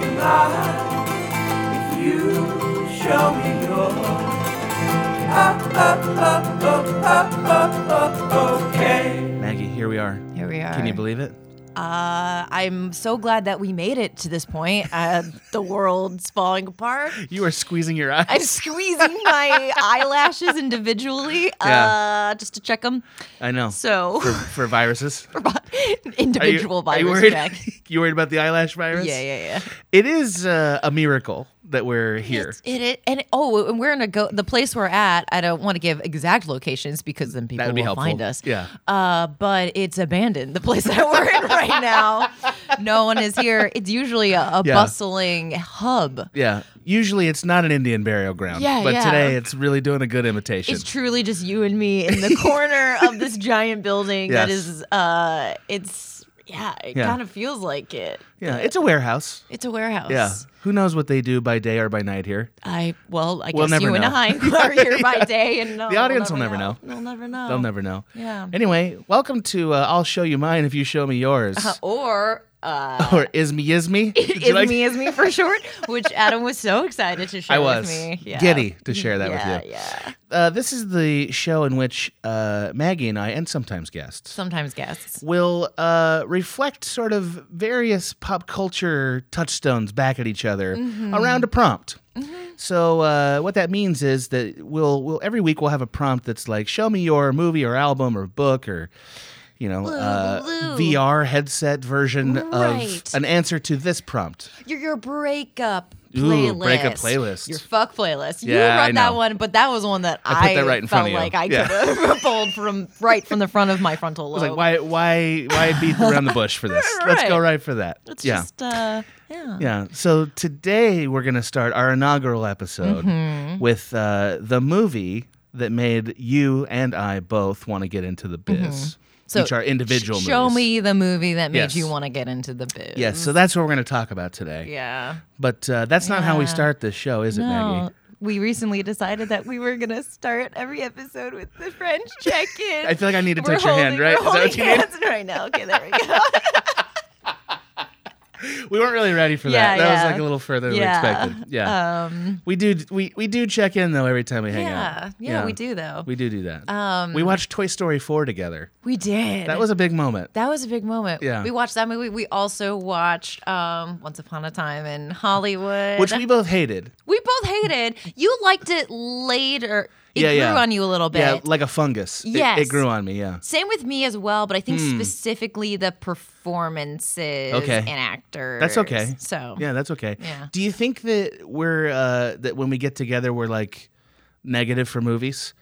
high if you show me your up, up, up, up, up, up, up, okay. Maggie, here we are. Here we are. Can you believe it? Uh, I'm so glad that we made it to this point. Uh, the world's falling apart. You are squeezing your eyes. I'm squeezing my eyelashes individually, Yeah. uh, just to check them. I know. So, for, for viruses. Are you- individual are you virus worried? check. you worried about the eyelash virus? Yeah, yeah, yeah. It is uh, a miracle that we're here. It's- It, it and oh, and we're in a go. The place we're at, I don't want to give exact locations because then people That will would be helpful. find us. Yeah. Uh, but it's abandoned. The place that we're in right now, no one is here. It's usually a, a Yeah. bustling hub. Yeah. Usually it's not an Indian burial ground. Yeah, But yeah. today it's really doing a good imitation. It's truly just you and me in the corner of this giant building that Yes. is. Uh, it's yeah. It Yeah. kind of feels like it. yeah. It's a warehouse. It's a warehouse. Yeah. Who knows what they do by day or by night here? I well, I We'll guess never you and know. I are here by day, and uh, The audience we'll will never know. We'll never know. They'll never know. Oh, Yeah. Anyway, welcome to uh, I'll Show You Mine If You Show Me Yours. Uh-huh. or uh, or Is Me Is Me. Did you is like- me is me for short, which Adam was so excited to share I was with me. Yeah. giddy to share that yeah, with you. yeah. Uh, this is the show in which uh, Maggie and I, and sometimes guests, Sometimes guests. will uh, reflect sort of various pop culture touchstones back at each other Mm-hmm. around a prompt. So uh, what that means is that we'll we'll every week we'll have a prompt that's like show me your movie or album or book or you know uh, blue. VR headset version Right. of an answer to this prompt. Your your breakup Ooh, playlist. breakup playlist. Your fuck playlist. Yeah, you I wrote that know. one, but that was one that I, put that right in front felt of you. like I Yeah. could have pulled from right from the front of my frontal I lobe. was like why why why beat around the bush for this? Let's go Oh. Right. right for that. It's yeah. just uh, yeah. Yeah. So today we're going to start our inaugural episode Mm-hmm. with uh, the movie that made you and I both want to get into the biz, Mm-hmm. So which are individual sh- Show movies. me the movie that made Yes. you want to get into the biz. Yes. So that's what we're going to talk about today. Yeah. But uh, that's not how we Yeah. start this show, is it, Maggie? We recently decided that we were gonna start every episode with the French check-in. I feel like I need to We're touch your hand, holding- right? Is that We're holding what you need? hands right now. Okay, there we go. We weren't really ready for Yeah, that. That was yeah. like a little further than Yeah. we expected. Yeah. Um, we do. We we do check in though every time we yeah, hang yeah, out. we do though. We, We do do that. Um, we watched Toy Story 4 together. did. That was a big moment. that was a big moment. Yeah. we watched that movie. We also watched um, Once Upon a Time in Hollywood, which we both hated. we both hated. You liked it later. It Yeah, grew yeah. on you a little bit. Yeah, like a fungus. It- Yes. It, grew on me, yeah. Same with me as well, but I think specifically the performances Hmm. Okay. and actors. That's okay. So Yeah, that's okay. Oh. Yeah. Do you think that we're uh that when we get together we're like negative for movies?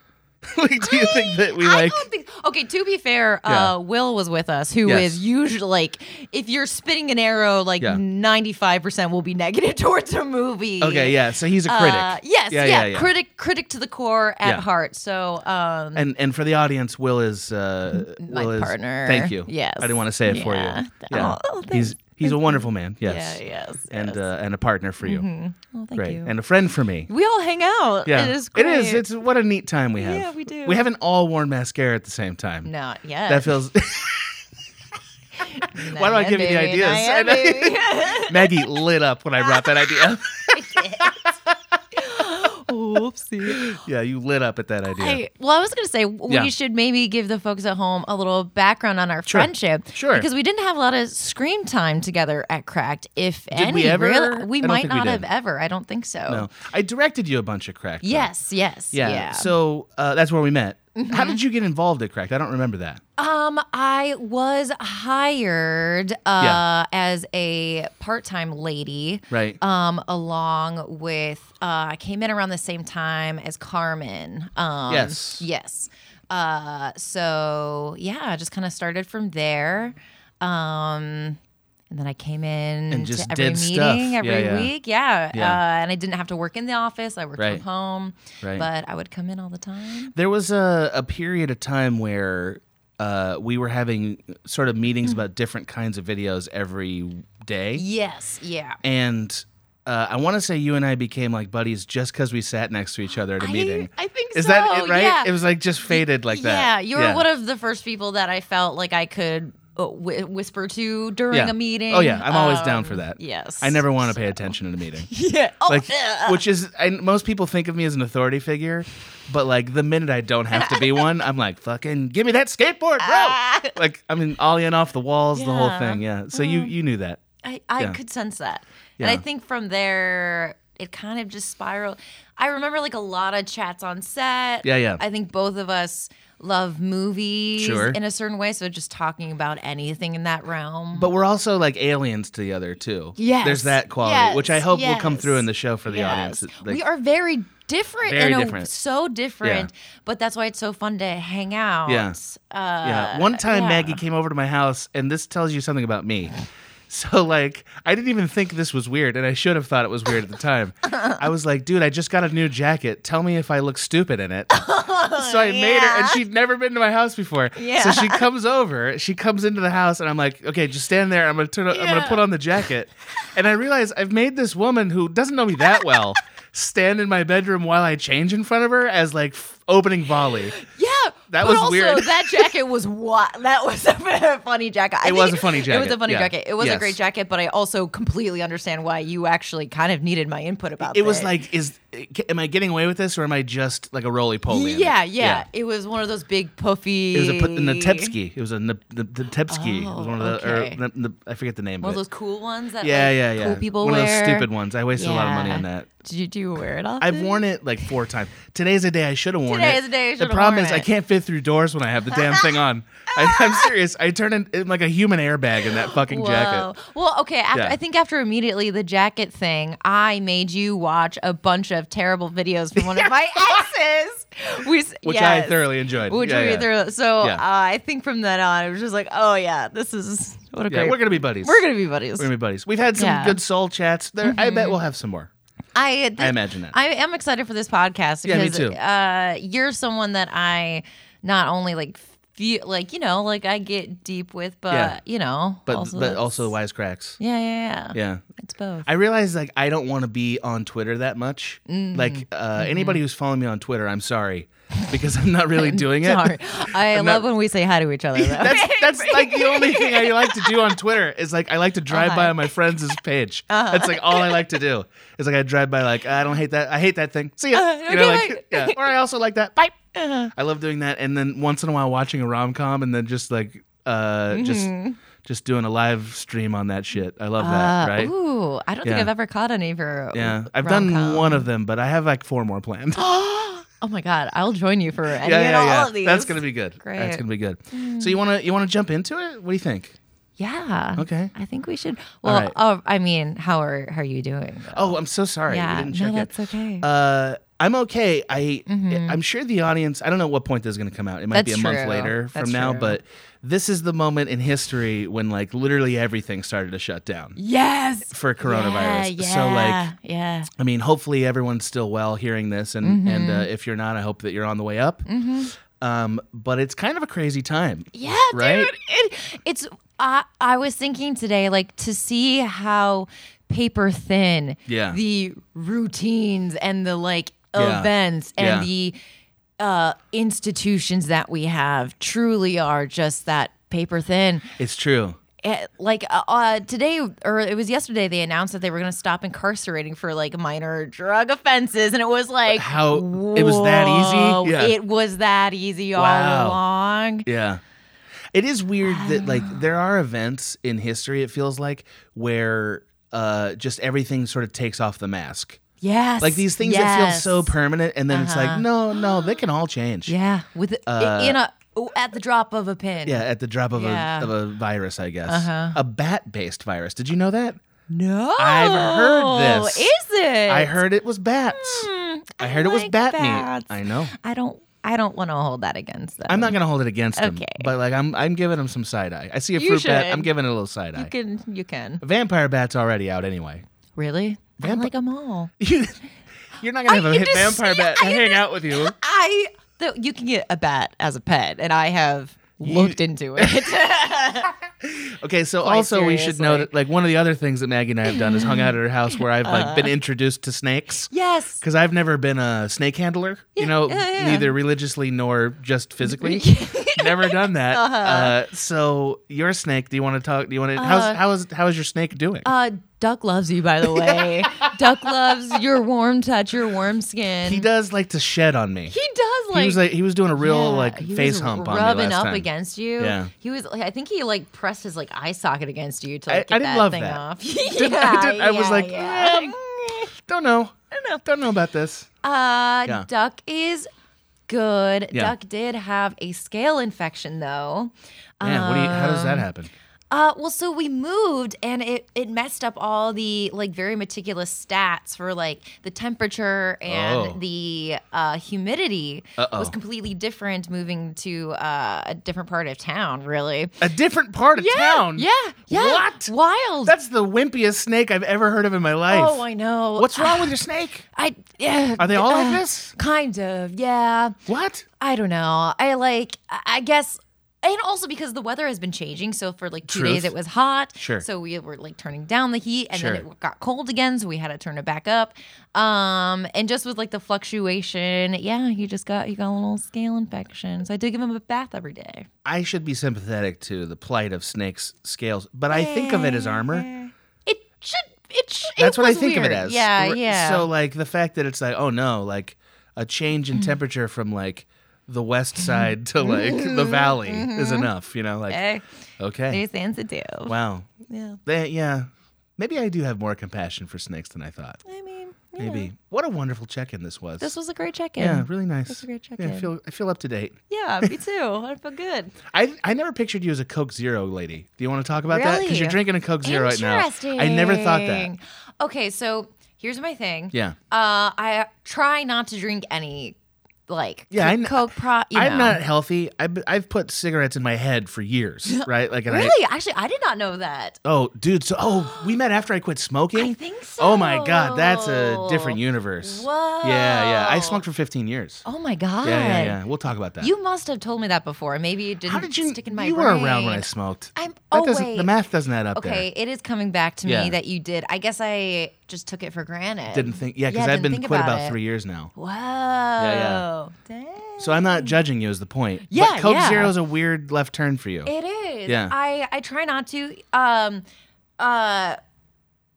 like do you think that we I like don't think. Okay, to be fair, Yeah. uh, Will was with us, who is Yes. usually like, if you're spitting an arrow, like Yeah. ninety five percent will be negative towards a movie. Okay, yeah. So he's a critic. Uh, yes, Yeah, yeah, yeah, yeah. critic, critic to the core at Yeah. heart. So, um, And and for the audience, Will is uh My Will is- partner. Thank you. Yes. I didn't want to say it for Yeah. you. Yeah. Oh, thank- he's he's a wonderful man. Yes. yeah, yes, And yes. uh and a partner for you. Oh, thank Great. you. And a friend for me. we all hang out. Yeah. it is. Great. It is. It's what a neat time we have. Yeah, we do. We haven't all worn mascara at the same time. not yet. That feels why do I give you the ideas? am, I know. baby. Maggie lit up when I brought that idea. up. Oopsie. yeah, you lit up at that idea. I, well, I was going to say we Yeah. should maybe give the folks at home a little background on our friendship. Sure. Because we didn't have a lot of screen time together at Cracked, if we any. ever? really. I we don't might think we not did. have ever. I don't think so. no, I directed you a bunch of crack. though. Yes, yes. Yeah. Yeah. Mm-hmm. So uh, that's where we met. How did you get involved at Cracked? I don't remember that. um, I was hired uh, Yeah. as a part time lady. Right. Um, along with, uh, I came in around the same time as Carmen. Um, Yes. Yes. Uh, so yeah, I just kind of started from there. Um, and then I came in And just to every did meeting stuff. every Yeah, yeah. week. Yeah. Yeah. Uh, and I didn't have to work in the office. I worked Right. from home, Right. but I would come in all the time. There was a, a period of time where uh, we were having sort of meetings Mm-hmm. about different kinds of videos every day. Yes. Yeah. And uh, I want to say you and I became like buddies just because we sat next to each other at a I- meeting. I think Is that so, it, right? yeah. It was like just faded like that. Yeah, you were one of the first people that I felt like I could uh, whi whisper to during Yeah. a meeting. Oh yeah, I'm always down for Um, that. Yes. I never want to pay attention in a meeting. Yeah. Oh, Like, yeah. which is I, most people think of me as an authority figure, but like the minute I don't have to be one, I'm like fucking give me that skateboard, Ah. bro. like I mean, ollieing off the walls, the whole Yeah. Mm. thing. Yeah. So you you knew that. I, I Yeah. could sense that. Yeah. And I think from there, it kind of just spiraled. I remember like a lot of chats on set. Yeah, yeah. I think both of us love movies Sure. in a certain way. So just talking about anything in that realm. But we're also like aliens to the other too. Yes. There's that quality, which I Yes. hope will come Yes. through in the show for the audience. Yes. Like, we are very different Very in a- different. so different but that's why it's so fun to hang out Yeah. uh, Yeah. One time yeah. Maggie came over to my house, and this tells you something about me. So, like, I didn't even think this was weird, and I should have thought it was weird at the time. I was like, dude, I just got a new jacket. Tell me if I look stupid in it. so I made her, and yeah. she'd never been to my house before. So Yeah. she comes over, she comes into the house, and I'm like, okay, just stand there. I'm going to turn, I'm going to Yeah. put on the jacket. And I realize I've made this woman who doesn't know me that well stand in my bedroom while I change in front of her as like f- opening volley. yeah That but was also, weird. that jacket was what that was a funny jacket I It was think a funny it was jacket, a funny yeah. jacket it was Yes. a great jacket but i also completely understand why you actually kind of needed my input about it was that. like is am i getting away with this or am i just like a roly-poly in it? yeah, yeah it was one of those big puffy it was a put in the tepsky it was a the tepsky it was Oh, one of the, okay. or, nep- nep- i forget the name one of of it those cool ones that yeah like, yeah yeah cool people one wear of those stupid ones i wasted a lot of money Yeah. on that did you do you wear it often? I've worn it like four times. Today's the day I should have worn it. Today is the day I The should've problem worn is I it. can't fit through doors when I have the damn thing on. I, I'm serious. I turn in, in like a human airbag in that fucking jacket. Whoa. Well, okay. After, Yeah. I think after immediately the jacket thing, I made you watch a bunch of terrible videos from one of my exes, which, Which I yes. thoroughly enjoyed. Which yeah, we yeah. thoroughly- So Yeah. uh, I think from then on, it was just like, oh yeah, this is what a Yeah, great. we're gonna be buddies. we're gonna be buddies. We're gonna be buddies. We've had some Yeah. Mm-hmm. good soul chats. There, I bet we'll have some more. I th- I imagine that. I am excited for this podcast Yeah, me because too. Uh, you're someone that I not only like feel like you know like I get deep with, but Yeah. you know, but also but that's- also wisecracks. yeah, yeah, yeah, Yeah. It's both. I realize like I don't want to be on Twitter that much. Mm-hmm. Like uh, anybody who's following me on Twitter, I'm sorry because I'm not really doing it. Sorry. I I'm love not- when we say hi to each other. Though. That's that's like the only thing I like to do on Twitter is like I like to drive by Uh-huh. on my friends' page. That's like all I like to do. Is like I drive by like I don't hate that I hate that thing. See ya. Uh, you know, okay, like, bye. yeah. Or I also like that. Bye. I love doing that, and then once in a while watching a rom com, and then just like uh just just doing a live stream on that shit. I love that. Mm-hmm. Uh, Right. Ooh, I don't Yeah. think I've ever caught any of your. Yeah, I've done rom-com. one of them, but I have like four more planned. yeah, Oh my god, I'll join you for any yeah, and all of these. That's gonna be good. That's Great. Mm. gonna be good. So you wanna you wanna jump into it? What do you think? Yeah. Okay. I think we should. Well, right. oh, I mean, how are how are you doing? Oh, I'm so sorry. yeah. we didn't check no, that's it. okay. Uh, Mm-hmm. I'm okay. I I'm sure the audience. I don't know what point this is gonna come out. It might be a That's month true. later from That's now, true. but this is the moment in history when like literally everything started to shut down yes. for coronavirus. Yeah, So like yeah, yeah. I mean, hopefully everyone's still well hearing this, and Mm-hmm. and uh, if you're not, I hope that you're on the way up. Um, but it's kind of a crazy time. Yeah, right? dude. It, it's I I was thinking today, like to see how paper thin Yeah. the routines and the like Yeah. events and Yeah. the uh institutions that we have truly are just that paper thin. It's true. Eh, like uh, uh, today or it was yesterday they announced that they were going to stop incarcerating for like minor drug offenses and it was like How- it was that easy? whoa, Yeah. it was that easy Wow. all along Yeah. It is weird that like there are events in history it feels like where uh just everything sort of takes off the mask. yes Like these things that feel yes. Uh-huh. so permanent and then it's like no, no, they can all change. yeah with Uh, in a oh, at the drop of a pin Yeah, at the drop of Yeah. Uh-huh. a of a virus, I guess. A bat-based virus. Did you know that? no I've heard this. is it I heard it was bats. I, heard it was Hmm, bat like bats. meat. I know. i don't i don't want to hold that against them I'm not gonna hold it against him, Okay. but like I'm, I'm giving him some side eye. I see a You fruit bat. should. I'm giving it a little side eye. you can you can Vampire bat's already out anyway. really i Vamp- like them all You, you're not gonna have I a hit understand- vampire bat I hang out with you. I the, you can get a bat as a pet, and I have looked into it. Okay, so also we should seriously. note that, like one of the other things that Maggie and I have done is hung out at her house where I've like Uh. been introduced to snakes. yes. Because I've never been a snake handler, you know, yeah, yeah. neither religiously nor just physically. never done that. Uh-huh. uh so your snake, do you want to talk? Do you want to? how's how is how is your snake doing? Uh, Duck loves you, by the way. Duck loves your warm touch, your warm skin. he does like to shed on me. He, He does like. was like he was doing a real yeah, like he was face hump on me rubbing last up time. against you. Yeah. he was. like, I think he like pressed his like eye socket against you to I- like, I get didn't that love thing that. off. Didn't- I did- I was yeah, like, "Mm, yeah. Don't know. Don't know. Don't know about this. Uh, Yeah. Duck is good. Yeah. Duck did have a scale infection though. Yeah. What do you? How does that Um, happen? Uh, well, so we moved and it, it messed up all the like very meticulous stats for like the temperature and Oh. the uh, humidity Uh-oh. was completely different moving to uh, a different part of town, really. A different part of town. Yeah. Yeah. What? Wild. That's the wimpiest snake I've ever heard of in my life. oh, I know. What's wrong with your snake? I yeah. Are they all like uh, this? Kind of. Yeah. What? I don't know. I like. I I guess. And also because the weather has been changing, so for like two Truth. days it was hot, Sure. So we were like turning down the heat, and then Sure. it got cold again, so we had to turn it back up. Um, and just with like the fluctuation, yeah, he just got he got a little scale infection. So I did give him a bath every day. I should be sympathetic to the plight of snakes' scales, but I think of it as armor. It should it. Sh- it That's what I was think of it weird. as. Yeah, R- yeah. So like the fact that it's like, oh no, like a change Mm. in temperature from like the west Mm-hmm. side to like the valley is enough, you know, like okay, okay. they're Eh, sensitive. Wow. Yeah, They, yeah. Maybe I do have more compassion for snakes than I thought. I mean, yeah. Maybe. What a wonderful check-in this was. this was a great check-in. yeah, really nice. was a great Yeah, I check-in. feel I feel up to date. yeah me too. I feel good. I I never pictured you as a Coke Zero lady. Do you want to talk about that? Because you're Really? drinking a Coke Zero right now. I never thought that. Interesting. Okay, so here's my thing. Yeah. Uh, I try not to drink any, like, Yeah, I co- kn- Coke pro. You I'm know. not healthy. I've, I've put cigarettes in my head for years, right? Like, and I, Really? Actually, I did not know that. oh, dude. So, oh, we met after I quit smoking. I think so. Oh my god, that's a different universe. Whoa. Yeah, yeah. I smoked for 15 years. Oh my god. yeah, yeah, yeah. We'll talk about that. You must have told me that before. Maybe it didn't How did you? stick in my you brain. were around when I smoked. I'm. That oh doesn't. wait. The math doesn't add up. Okay, There. it is coming back to Yeah. me that you did. I guess I just took it for granted. Didn't think. Yeah, because I I've didn't been think quit about about it. three years now. Whoa. yeah. Dang. So I'm not judging you. Is the point? Yeah, But Coke yeah. Zero is a weird left turn for you. It is. Yeah. I I try not to. Um, uh,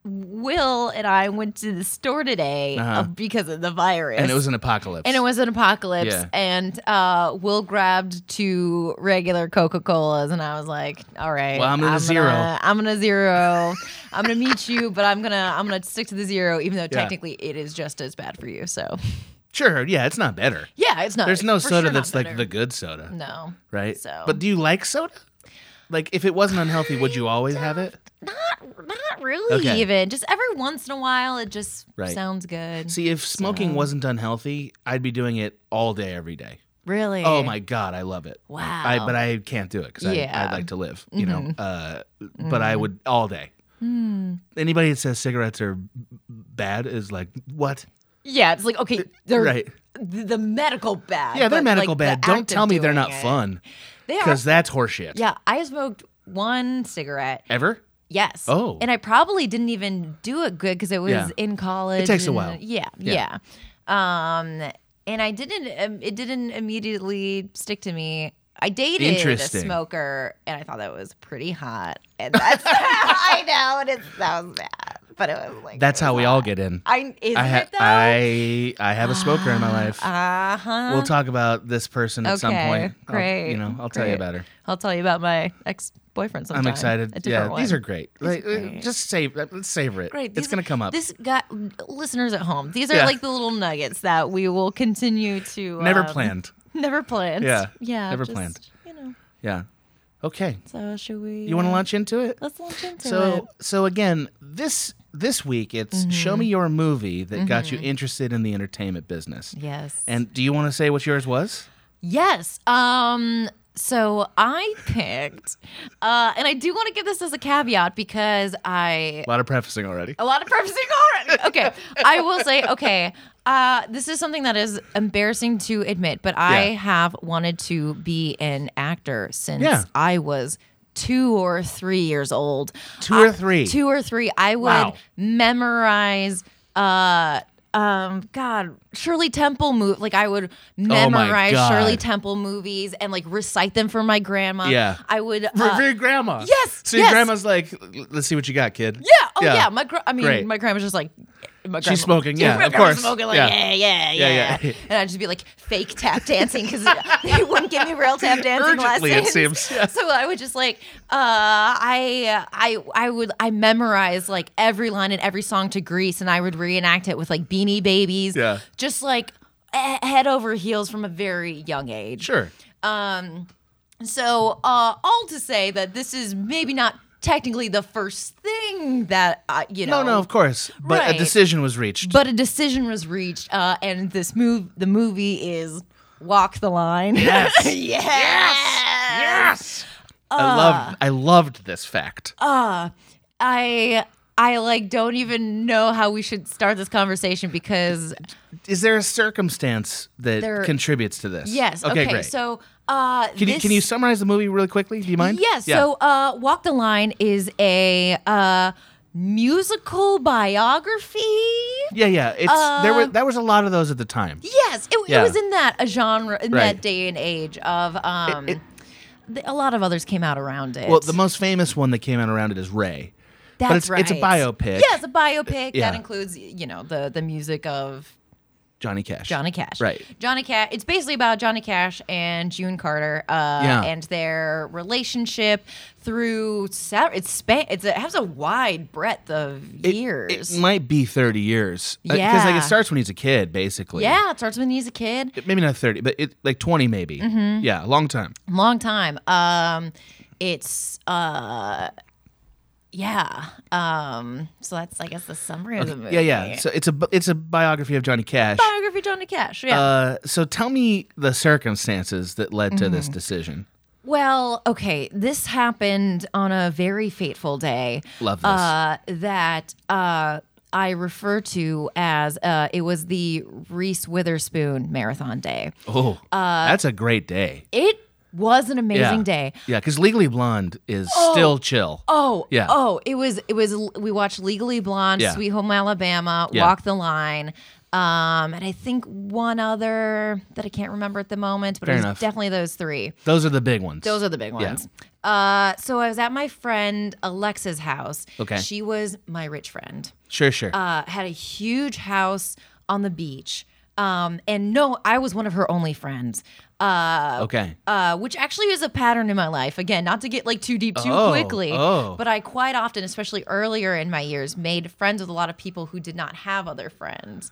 Will and I went to the store today uh, Uh-huh. because of the virus, and it was an apocalypse. And it was an apocalypse, Yeah. and uh, Will grabbed two regular Coca Colas, and I was like, "All right, Well, I'm gonna zero. gonna- I'm gonna zero. I'm gonna meet you, but I'm gonna I'm gonna stick to the zero, even though Yeah. technically it is just as bad for you. So, sure. Yeah, it's not better. yeah, it's not. There's no Oh, for soda sure not that's like better. the good soda, no, right? So- But do you like soda? Like, if it wasn't unhealthy, would you always have it? Not not really Okay. even. Just every once in a while it just Right. sounds good. See, if smoking wasn't unhealthy, I'd be doing it all day, every day. really? Oh my god, I love it. Wow. I, but I can't do it because Yeah. Mm-hmm. I'd like to live, you know. Uh, But I would all day. Hmm. Anybody that says cigarettes are b- bad is like, what? Yeah, it's like okay, they're right? th- the medical bad. Yeah, they're but, medical like, the bad. act Don't of tell me they're doing not it. fun They are. because that's horseshit. Yeah, I smoked one cigarette. Ever? Yes. Oh. And I probably didn't even do it good because it was Yeah. in college. It takes a and- uh, while. Yeah, Yeah. yeah. Um, and I didn't. Um, it didn't immediately stick to me. I dated a Interesting. smoker, and I thought that was pretty hot. And that's I know, and it sounds bad, but it was like That's how we all get in. I isn't I, ha- it though? I I have a smoker in my life. uh huh. We'll talk about this person at some Okay, point. I'll- great, you know, I'll tell you great. about her. I'll tell you about my ex boyfriend sometime. I'm excited. A different Yeah, these one. are great. Like, uh, great. Just save. Let's savor it. Great. It's these- gonna come up. This got listeners at home. These are Yeah. like the little nuggets that we will continue to Never um, planned. Never planned. Yeah, Yeah. never just, planned. You know. Yeah. Okay. So should we? uh, You want to launch into it? Let's launch into it. Mm-hmm. So so again, this this week it's show me your movie that got you interested in the entertainment business. Yes. And do you want to say what yours was? Yes. Um. So I picked, uh, and I do want to give this as a caveat because I A Oh, lot of prefacing already. A lot of prefacing already. Okay. I will say, okay, Uh, this is something that is embarrassing to admit, but I Yeah. have wanted to be an actor since Yeah. I was two or three years old. Two or I- three. two or three. I would Wow. memorize. Uh, um, God, Shirley Temple move. Like I would Oh my memorize God. Shirley Temple movies and like recite them for my grandma. Yeah. I would. For, uh, for your grandma. yes, So your yes. grandma's like, let's see what you got, kid. Yeah. Oh yeah. My gra- I mean, Great. my grandma's just like. My She's grandma- smoking, yeah, my of grandma's course. Smoking like, Yeah. yeah, yeah, yeah, Yeah, yeah. And I'd just be like fake tap dancing because they wouldn't give me real tap dancing Urgently, it lessons. seems, yeah. So I would just like, uh, I, I, I would, I memorized like every line in every song to Grease, and I would reenact it with like Beanie Babies. Yeah. Just like he- head over heels from a very young age. Sure. So, uh, all to say that this is maybe not technically the first thing that I, you know. No, no, of course. But Right. a decision was reached. But a decision was reached, uh, and this move, the movie is Walk the Line. Yes. yes. Uh, yes. I loved. I loved this fact. I. I like don't even know how we should start this conversation because Is there a circumstance that There- contributes to this? yes Okay. okay, great. so uh can you can you this- summarize the movie really quickly? Do you mind? Yeah, so uh, Walk the Line is a uh, musical biography. Yeah, yeah. It's there were Uh, that was a lot of those at the time. Yes, it, it Yeah. was in that a genre in Right. that day and age of um, it- th- a lot of others came out around it. Well, the most famous one that came out around it is Ray. That's but it's, right. it's a biopic. Yeah, it's a biopic Yeah. that includes you know the the music of Johnny Cash. Johnny Cash. Right. Johnny Cash. It's basically about Johnny Cash and June Carter uh, Yeah. and their relationship through sev- it's span it's a, it has a wide breadth of It- years. It might be thirty years. Because like Yeah. it starts when he's a kid, basically. yeah, it starts when he's a kid. Maybe not thirty, but it like twenty maybe. Mm-hmm. Yeah, a long time. long time um it's uh yeah um so that's i guess the summary of the movie Yeah, yeah. So it's a bu- it's a biography of Johnny Cash. biography johnny cash yeah Uh, so tell me the circumstances that led to Mm-hmm. this decision. well okay this happened on a very fateful day Love this. uh that uh I refer to as uh, it was the Reese Witherspoon marathon day. oh, that's a great day. It was an amazing yeah. day. Yeah, because Legally Blonde is still chill. Oh, Yeah. Oh, it was it was we watched Legally Blonde, Yeah. Sweet Home Alabama, Yeah. Walk the Line. Um, and I think one other that I can't remember at the moment, but Fair it was enough. definitely those three. Those are the big ones. Those are the big ones. Uh, so I was at my friend Alexa's house. Okay. She was my rich friend sure, sure. uh, had a huge house on the beach. Um, and no, I was one of her only friends. Uh, Okay. Uh, which actually is a pattern in my life. Again, not to get like too deep too Oh, quickly, oh. but I quite often, especially earlier in my years, made friends with a lot of people who did not have other friends.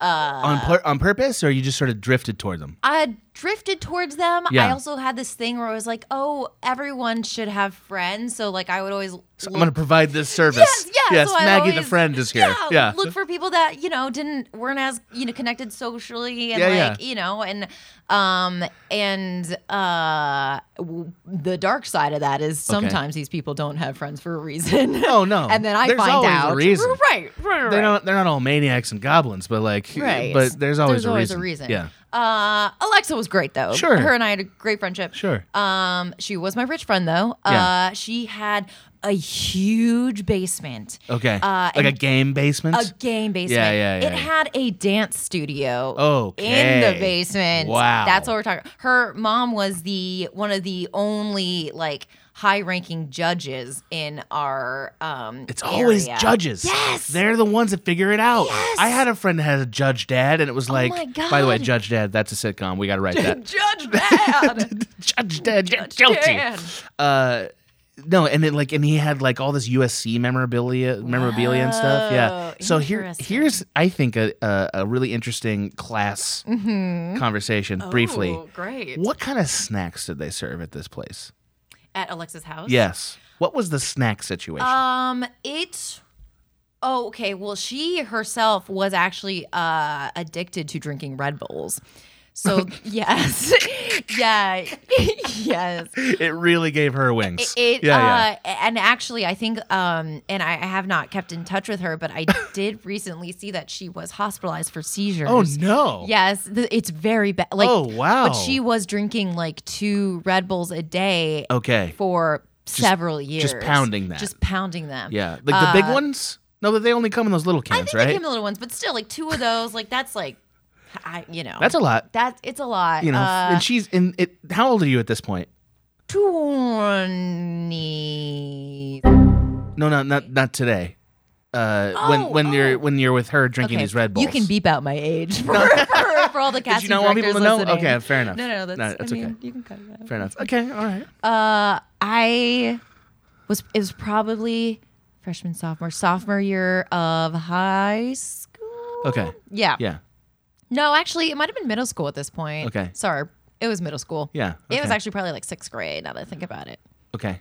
on pur- on purpose, or you just sort of drifted toward them? uh, I drifted towards them. Yeah. I also had this thing where I was like, oh, everyone should have friends. So like I would always So I'm going to provide this service. Yes, yes. so I Maggie the always- friend is here. Yeah, Yeah. Look for people that, you know, didn't weren't as, you know, connected socially and Yeah, yeah. like, you know, and um and uh w- the dark side of that is sometimes these people don't have friends for a reason. No, Oh, no. and then I There's find always a out. reason. Right, right, right. they're not they're not all maniacs and goblins, but like Right. but there's always There's a always reason. a reason. Yeah. Uh, Alexa was great though. Sure. Her and I had a great friendship. Sure. Um, she was my rich friend though. Yeah. Uh, she had a huge basement. Okay. Uh, like a and- game basement. A game basement. Yeah, yeah, yeah, It yeah. had a dance studio in Okay. the basement. Wow. That's what we're talking about. Her mom was the one of the only like high ranking judges in our um It's always area. judges. Yes. They're the ones that figure it out. Yes. Oh I had a friend that had a judge dad, and it was like, my by the way, God. Judge Dad, that's a sitcom. We got to write that. Judge Dad. judge Dad, you're guilty. Dad. Uh, no, and then like, and he had like all this USC memorabilia, memorabilia and stuff. Yeah. Wow, So here, interesting. here's I think a a, a really interesting class Mm-hmm. conversation Oh, briefly. Ooh, great. What kind of snacks did they serve at this place? At Alexa's house. Yes. What was the snack situation? Um, it. Oh, okay. Well, she herself was actually uh, addicted to drinking Red Bulls. So yes, yeah, yes. It really gave her wings. It, yeah, yeah. uh, and actually, I think, um, and I, I have not kept in touch with her, but I did recently see that she was hospitalized for seizures. Oh no. Yes, th- it's very bad. Like, Oh, wow. But she was drinking like two Red Bulls a day Okay. for several years, Oh. just pounding that. just pounding them. Yeah. Like the big Uh, ones? No, but they only come in those little I cans, think right? they came in little ones, but still, like two of those, like that's like, I, you know, That's a lot. That's it's a lot. You know, uh, and she's in it how old are you at this point? twenty. No, no, not not today. Uh when Oh, when you're oh. when you're with her drinking these Red Bulls. You can beep out my age for, for, for all the Did casting you not want people to directors know? listening. Okay, fair enough. No, no, no, that's, I mean, okay. You can cut it out. Fair enough. Okay, all right. Uh, I was it was probably freshman, sophomore, sophomore year of high school. Okay. Yeah. Yeah. No, actually, it might have been middle school at this point. Okay. Sorry, it was middle school. Yeah, It was okay. actually probably like sixth grade. Now that I think about it. Okay.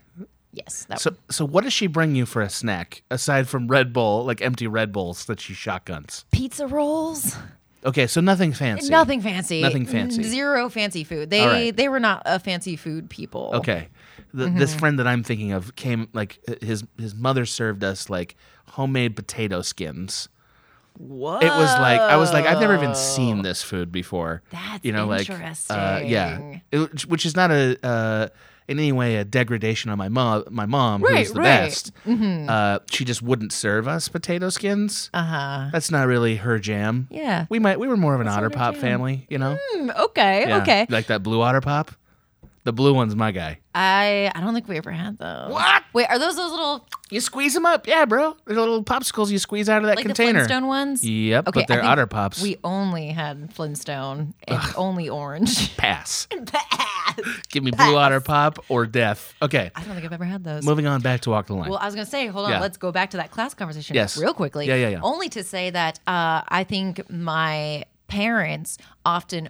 Yes. That So so what does she bring you for a snack aside from Red Bull, like empty Red Bulls that she shotguns? pizza rolls. Okay, so nothing fancy. Nothing fancy. Mm, Nothing fancy. Zero fancy food. They All right. they were not a fancy food people. Okay. The, Mm-hmm. This friend that I'm thinking of came like his his mother served us like homemade potato skins. What? It was like I was like I've never even seen this food before. That's uh, yeah, interesting. It- which is not a uh, in any way a degradation on my mom. My mom, Right, Mm-hmm. who's the right. best, uh, she just wouldn't serve us potato skins. Uh huh. That's not really her jam. Yeah. we might we were more of an otter her pop jam. family, you know. Hmm, okay. Yeah. Okay. You like that blue otter pop. The blue one's my guy. I I don't think we ever had those. What? Wait, are those those little You squeeze them up, yeah, bro. They're little popsicles you squeeze out of that like container. the Flintstone ones? Yep, Okay, I but they're think otter pops. We only had Flintstone and only orange. pass. I Give me blue otter pop or death. Okay, don't think I've ever had those. moving on back to walk the line. Well, I was going to say, hold on, Yeah. let's go back to that class conversation Yes. real quickly. Yeah, yeah, yeah. Only to say that uh, I think my parents often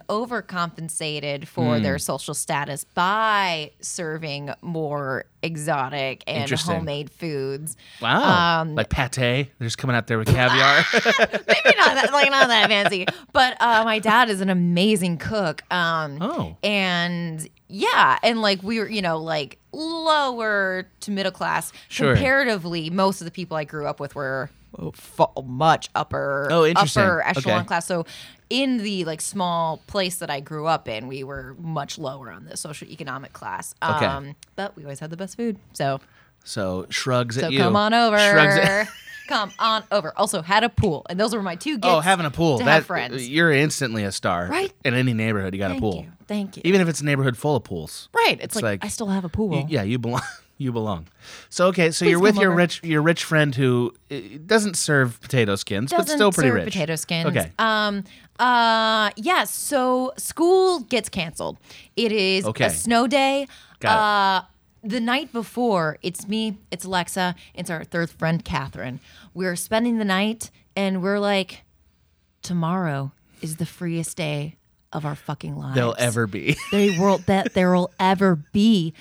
overcompensated for Hmm. their social status by serving more exotic and Interesting. homemade foods. wow, um, like pate. They're just coming out there with caviar. Maybe not that, like not that fancy, but uh, my dad is an amazing cook. Um, oh, and yeah and like we were you know like lower to middle class Sure. comparatively most of the people i grew up with were Oh, fa- much upper Oh, interesting. upper echelon Okay. class so in the like small place that i grew up in we were much lower on the social economic class Um, Okay. but we always had the best food so so shrugs so at you. come on over Shrugs at- come on over also had a pool and those were my two gifts oh, having a pool. to that have friends you're instantly a star, Right? In any neighborhood, you got thank a pool, you thank you even if it's a neighborhood full of pools. right it's, like, like- i still have a pool Y- yeah, you belong. You belong. So okay, so you're come with your over. rich your rich friend who uh, doesn't serve potato skins, but doesn't still pretty serve rich. Potato skins. Okay. Um. Uh. Yeah. So school gets canceled. It is Okay. a snow day. Got uh, The night before, it's me, it's Alexa, it's our third friend, Catherine. We're spending the night, and we're like, tomorrow is the freest day of our fucking lives They'll ever be. they will that there will ever be.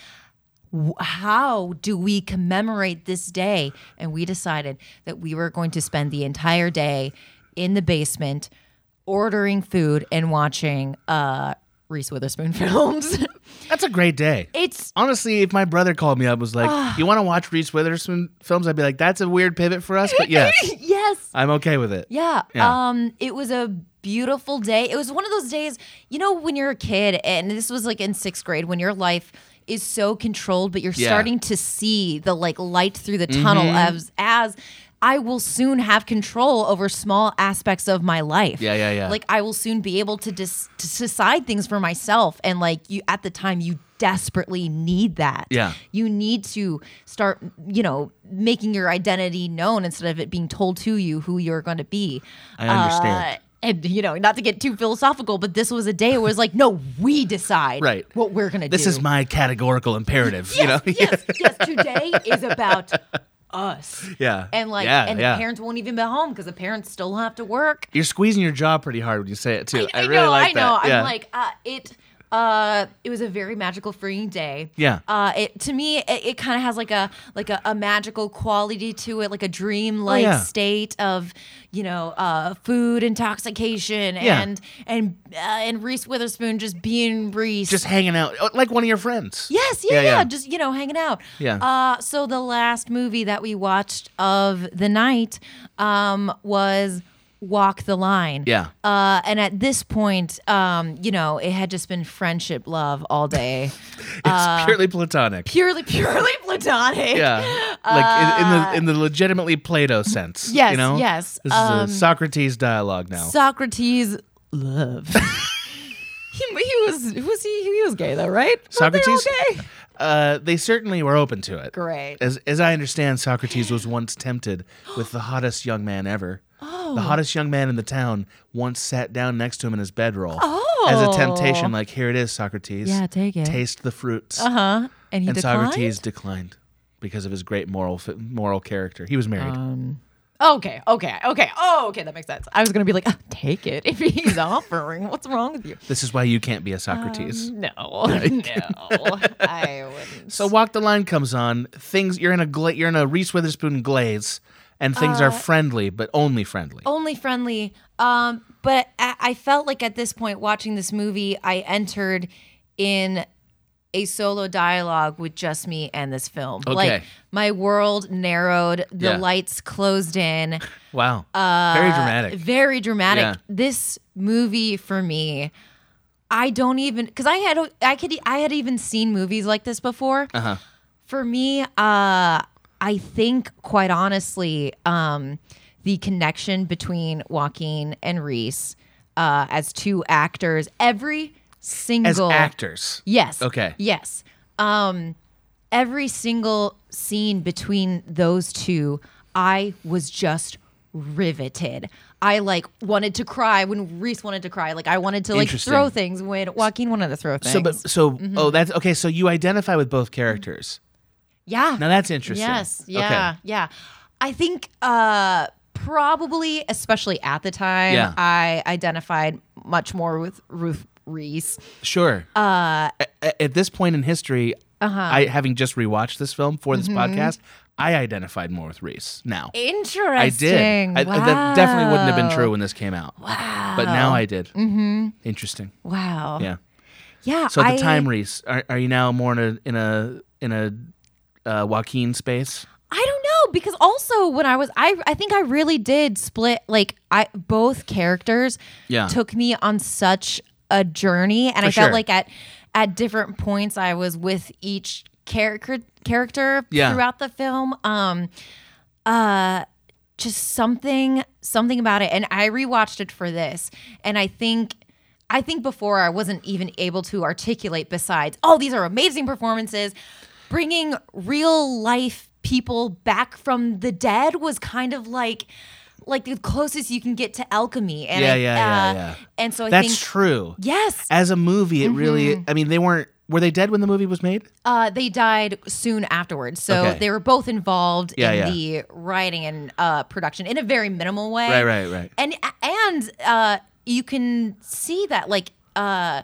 W- How do we commemorate this day? And we decided that we were going to spend the entire day in the basement ordering food and watching uh, Reese Witherspoon films. That's a great day. it's Honestly, if my brother called me up and was Ah. like, "You want to watch Reese Witherspoon films?" I'd be like, "That's a weird pivot for us, but yes, yes, I'm okay with it." Yeah. Yeah. Um, it was a beautiful day. It was one of those days, you know, when you're a kid, and this was like in sixth grade, when your life is so controlled, but you're Yeah. Mm-hmm. starting to see the like light through the tunnel as as I will soon have control over small aspects of my life. Yeah, yeah, yeah. Like I will soon be able to dis- to decide things for myself, and like you at the time you desperately need that Yeah. you need to start you know making your identity known instead of it being told to you who you're going to be I understand. Uh, and you know not to get too philosophical but this was a day where it was like no we decide Right. what we're going to do This is my categorical imperative, you know. yes yes today is about us yeah. and like yeah, and yeah. the parents won't even be home because the parents still have to work You're squeezing your jaw pretty hard when you say it too. I, really know, like I know. that. Yeah. I'm like, uh, it. Uh, it was a very magical freeing day. Yeah. Uh, it to me it, it kind of has like a like a, a magical quality to it, like a dreamlike Oh, yeah. state of you know uh, food intoxication Yeah. and and uh, and Reese Witherspoon just being Reese. Just hanging out oh, like one of your friends. Yes, yeah, Yeah, yeah, yeah. Just, you know, hanging out. Yeah. Uh, so the last movie that we watched of the night um, was Walk the Line. Yeah. Uh, and at this point, um, you know, it had just been friendship love all day. It's Uh, purely platonic. purely, purely platonic. yeah. Like in, in the in the legitimately Plato sense. Uh, Yes, You know? yes, This um, is a Socrates dialogue now. Socrates love. he, he was, was he, he was gay though, right? Weren't they all Socrates? gay? Uh, they certainly were open to it. Great. As, as I understand, Socrates was once tempted with the hottest young man ever. Oh. The hottest young man in the town once sat down next to him in his bedroll as a temptation, Oh. like, here it is, Socrates. Yeah, take it. Taste the fruits. Uh huh. And he and declined? Socrates declined because of his great moral fi- moral character. He was married. Uh. Okay, okay, okay. Oh, okay, that makes sense. I was gonna be like, "Ah, take it if he's offering. What's wrong with you? this is why you can't be a Socrates. No, no, I wouldn't. So walk the line comes on. Things you're in a gla- you're in a Reese Witherspoon glaze, and things are friendly, but only friendly. Only friendly. Um, but I, I felt like at this point, watching this movie, I entered in a solo dialogue with just me and this film. Like Okay. my world narrowed, the Yeah. lights closed in. Wow, very dramatic. Very dramatic. Yeah. This movie for me, I don't even because I had I could I had even seen movies like this before. Uh-huh. For me, uh, I think quite honestly, um, the connection between Joaquin and Reese uh, as two actors, every As single actors, Yes. Okay. Yes. Um, every single scene between those two, I was just riveted. I like wanted to cry when Reese wanted to cry. Like I wanted to like Interesting. throw things when Joaquin wanted to throw things. so but so oh that's okay. So you identify with both characters. yeah. Now that's interesting. Yes. Okay. Yeah. Yeah. I think uh probably especially at the time Yeah. I identified much more with Ruth Reese. Sure. Uh, at this point in history, I having just rewatched this film for this podcast, I identified more with Reese now. Interesting. I did. I, that definitely wouldn't have been true when this came out. Wow. But now I did. Mm-hmm. Interesting. Wow. Yeah. Yeah. So at I- the time, Reese, are, are you now more in a in a in a uh, Joaquin space? I don't know because also when I was I I think I really did split like I both characters Yeah. took me on such a journey and I For sure. felt like at at different points I was with each character character Yeah. throughout the film um uh just something something about it and I rewatched it for this and I think I think before I wasn't even able to articulate besides oh these are amazing performances bringing real life people back from the dead was kind of like like the closest you can get to alchemy and Yeah, I- yeah, yeah, uh, yeah. and so I That's think true. yes Mm-hmm. As a movie, it really. I mean, they weren't. Were they dead when the movie was made? Uh, they died soon afterwards, so Okay. they were both involved Yeah, in yeah. the writing and uh, production in a very minimal way. Right, right, right. And and uh, you can see that like uh,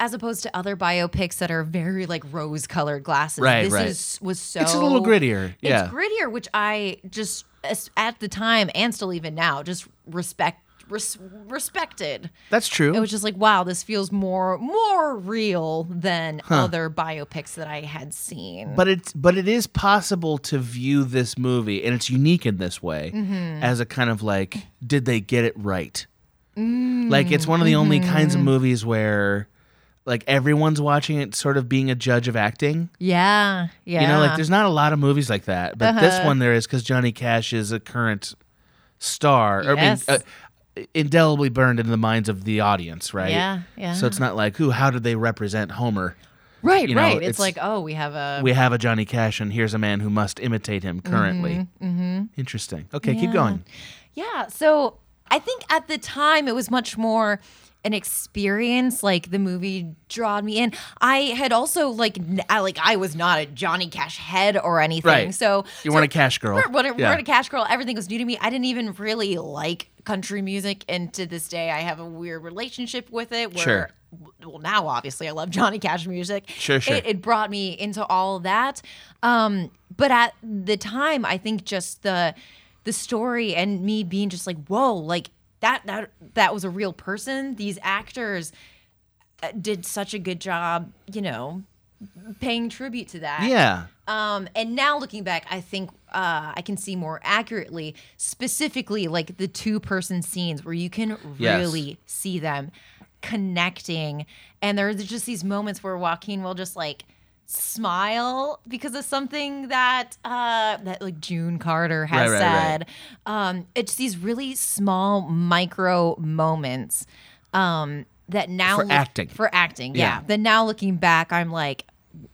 as opposed to other biopics that are very like rose-colored glasses. Right, this right. is was so It's a little grittier. Yeah. Oh, It's grittier, which I just as- at the time and still even now just respect res- respected That's true. it was just like wow this feels more more real than other biopics that i had seen but it's but it is possible to view this movie, and it's unique in this way, Mm-hmm. as a kind of like, did they get it right? Mm, Like it's one of the only kinds mm-hmm. of movies where, like everyone's watching it, sort of being a judge of acting. yeah yeah Uh-huh. You know, like there's not a lot of movies like that, but this one there is because Johnny Cash is a current star. Or, Yes. I mean, uh, indelibly burned into the minds of the audience, right? Yeah, yeah. So it's not like, who? How did they represent Homer? right you know, right it's, it's- like oh we have a We have a Johnny Cash, and here's a man who must imitate him currently. Mm-hmm. Interesting. Okay, keep going. yeah so i think at the time it was much more an experience like the movie drawed me in. I had also like n- I, like I was not a Johnny Cash head or anything. Right. So You so- weren't a Cash girl. Weren't, weren't, Yeah. weren't a Cash girl. Everything was new to me. I didn't even really like country music, and to this day, I have a weird relationship with it. Where Sure. well now obviously I love Johnny Cash music. Sure, sure. It, it brought me into all of that. Um, but at the time, I think just the the story and me being just like, whoa, like that that that was a real person. These actors uh, did such a good job, you know, paying tribute to that. Yeah. Um, and now looking back, I think uh, I can see more accurately, specifically like the two person scenes where you can Yes. really see them connecting. And there's just these moments where Joaquin will just like smile because of something that uh that like June Carter has Right, right, right. said. Um it's these really small micro moments um that now For acting. For acting, yeah. Yeah. That now looking back, I'm like,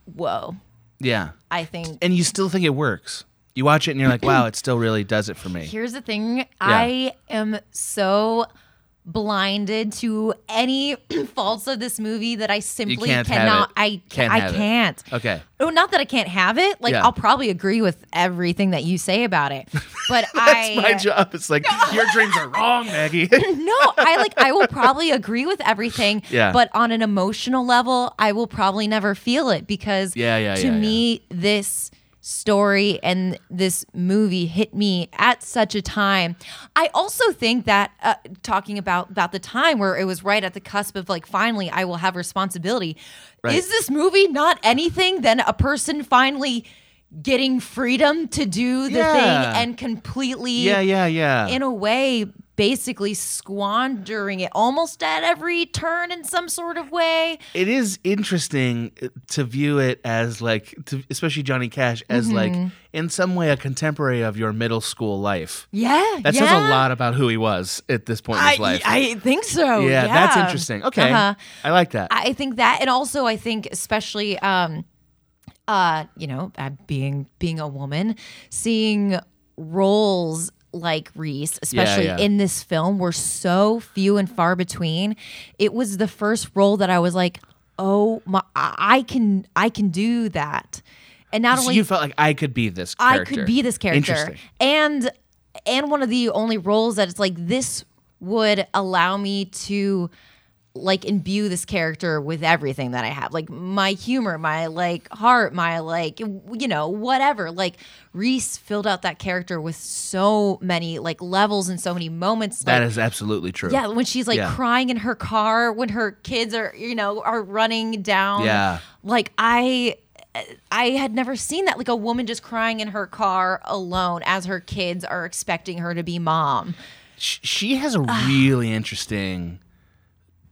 whoa. Yeah. I think And you still think it works. You watch it and you're like, wow, it still really does it for me. Here's the thing I am so blinded to any faults of this movie that I simply can't have cannot it. I Can't I have it. can't. Okay. Oh, not that I can't have it. Like Yeah. I'll probably agree with everything that you say about it. But I It's my job. It's like, your dreams are wrong, Maggie. no, I like I will probably agree with everything, Yeah. but on an emotional level, I will probably never feel it because Yeah, yeah, to yeah, yeah. me this story and this movie hit me at such a time. I also think that uh, talking about about the time where it was right at the cusp of like finally I will have responsibility. Right. Is this movie not anything than a person finally getting freedom to do the Yeah. thing and completely yeah, yeah, yeah. in a way basically squandering it almost at every turn in some sort of way. it is interesting uh, to view it as like to, especially johnny cash as Mm-hmm. like in some way a contemporary of your middle school life Yeah. that yeah. says a lot about who he was at this point in his I, life I think so. yeah, Yeah, that's interesting okay Uh-huh. i like that I think that, and also I think especially, um, uh, you know, uh, being being a woman, seeing roles like Reese, especially yeah. in this film, were so few and far between. It was the first role that I was like, oh my, I I can I can do that, and not so only you felt like i could be this I character could be this character. interesting And and one of the only roles that it's like this would allow me to like imbue this character with everything that I have. Like my humor, my like heart, my like you know, whatever. Like Reese filled out that character with so many like levels and so many moments. that like, is absolutely true yeah, when she's like Yeah. crying in her car when her kids are, you know, are running down. Yeah. Like I I had never seen that like a woman just crying in her car alone as her kids are expecting her to be mom. Sh- she has a really interesting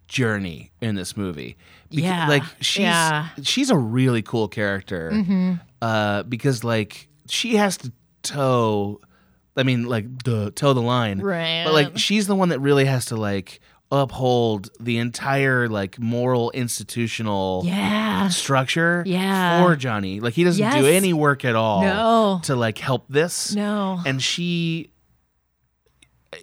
journey in this movie. Beca- Yeah, like she's yeah. Mm-hmm. she's a really cool character uh, because like she has to toe, I mean like the toe the line, But like Right. she's the one that really has to like uphold the entire like moral institutional Yeah. structure Yeah. for Johnny. Like he doesn't Yes. do any work at all No. to like help this No. and she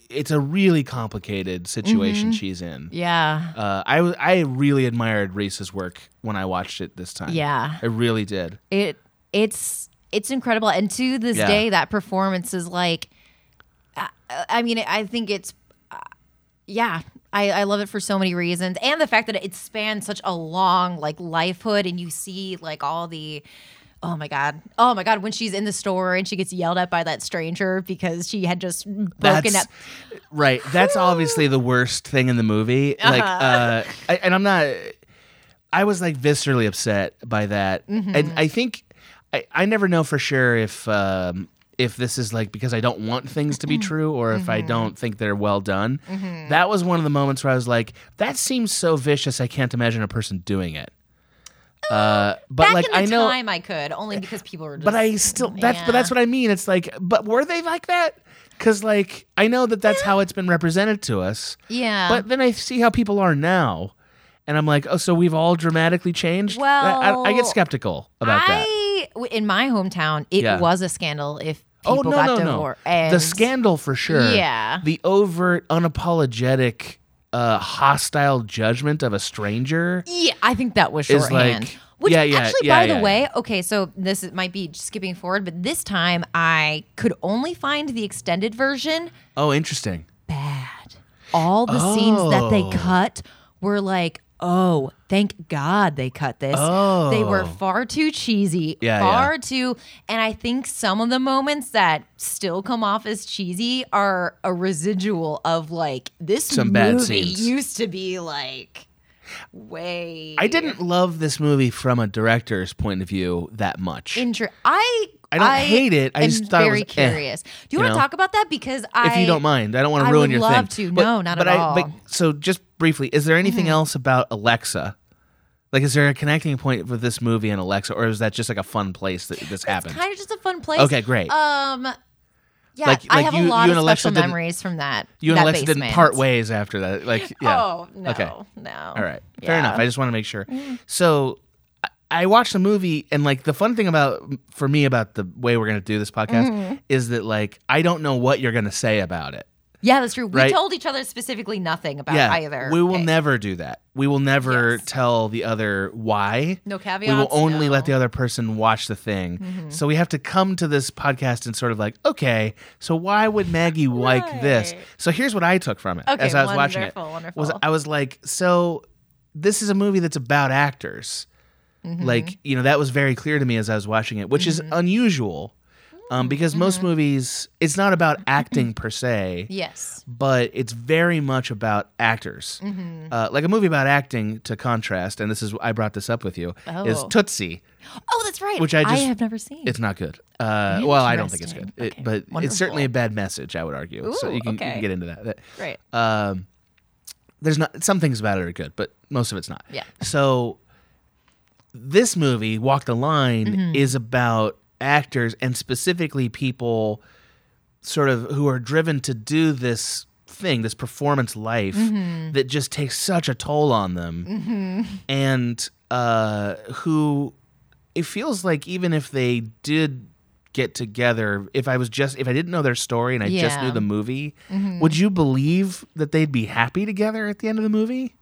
it's a really complicated situation she's in Yeah. uh, I, w- I really admired reese's work when i watched it this time Yeah. i really did It it's it's incredible and to this Yeah. day that performance is like I, I mean I think it's yeah I, I love it for so many reasons and the fact that it spans such a long like lifehood and you see like all the oh my god oh my god when she's in the store and she gets yelled at by that stranger because she had just broken that's up right that's obviously the worst thing in the movie like Uh-huh. uh I, and i'm not i was like viscerally upset by that Mm-hmm. and i think I, I never know for sure if um if this is like because i don't want things to be Mm-hmm. true or if i don't think they're well done that was one of the moments where i was like that seems so vicious i can't imagine a person doing it uh but back like in the i know time I could only because people were just but I still that's Yeah. but that's what I mean. It's like, but were they like that? Because like I know that that's how it's been represented to us. yeah But then I see how people are now, and I'm like, oh, so we've all dramatically changed. I- I, I get Well, skeptical about that. I w- in my hometown it Yeah. was a scandal if people Oh no got no no! divorced and The scandal for sure. Yeah. The overt, unapologetic uh, hostile judgment of a stranger. Yeah, I think that was shorthand. like- which yeah, yeah, actually, yeah, by yeah. the way, okay, so this is- might be skipping forward, but this time I could only find the extended version Oh, interesting. bad. All the scenes that they Oh. cut were like, oh, thank God they cut this. They were Oh. far too cheesy, Yeah, far yeah. too. And I think some of the moments that still come off as cheesy are a residual of like this Some movie bad scenes. used to be like way. I didn't love this movie from a director's point of view that much. Inter- I. I don't hate it. I am just thought it very was, eh, curious. Do you, you want know? to talk about that? Because I, if you don't mind, I don't want to I ruin would your love thing. to. No, not but at I, all. Mm-hmm. But, so, just briefly, is there anything else about Alexa? Like, is there a connecting point with this movie and Alexa, or is that just like a fun place that this happened? kind of just a fun place. Okay, great. Um, yeah, Like- I like have you- a lot you of and Alexa special didn't- memories from that. you and that Alexa didn't basement. part ways after that. Like, yeah. Oh no, Mm-hmm. Okay. no. All right. Fair enough. I just want to make sure. So I- I watched the movie, and like the fun thing about for me about the way we're gonna do this podcast Mm-hmm. is that like I don't know what you're gonna say about it. yeah, that's true. We Right. told each other specifically nothing about yeah, either. we will pick. never do that. We will never Yes. tell the other why. We No will caveats, only no. let the other person watch the thing. Mm-hmm. So we have to come to this podcast and sort of like, okay, so why would Maggie like this? Right. So here's what I took from it Okay, as I was watching it. wonderful, Was wonderful. I was like, so this is a movie that's about actors. Mm-hmm. Like, you know, that was very clear to me as I was watching it, which is unusual. Um, because Mm-hmm. most movies, it's not about acting per se Yes. but it's very much about actors. Mm-hmm. Uh, like a movie about acting, to contrast, and this is I brought this up with you, is Oh. Tootsie. Oh, that's right. Which I just- have never seen. It's not good. Uh, well, I don't think it's good, Interesting. It- Okay, but it's certainly wonderful. a bad message. I would argue. so Ooh, you can, you can okay. get into that. That- Great. Um, there's not some things about it are good, but most of it's not. Yeah. So this movie, Walk the Line, is about actors and specifically people sort of who are driven to do this thing, this performance life that just takes such a toll on them. And uh, who it feels like even if they did get together, if I was just, if I didn't know their story and I just Yeah. Mm-hmm. knew the movie, would you believe that they'd be happy together at the end of the movie?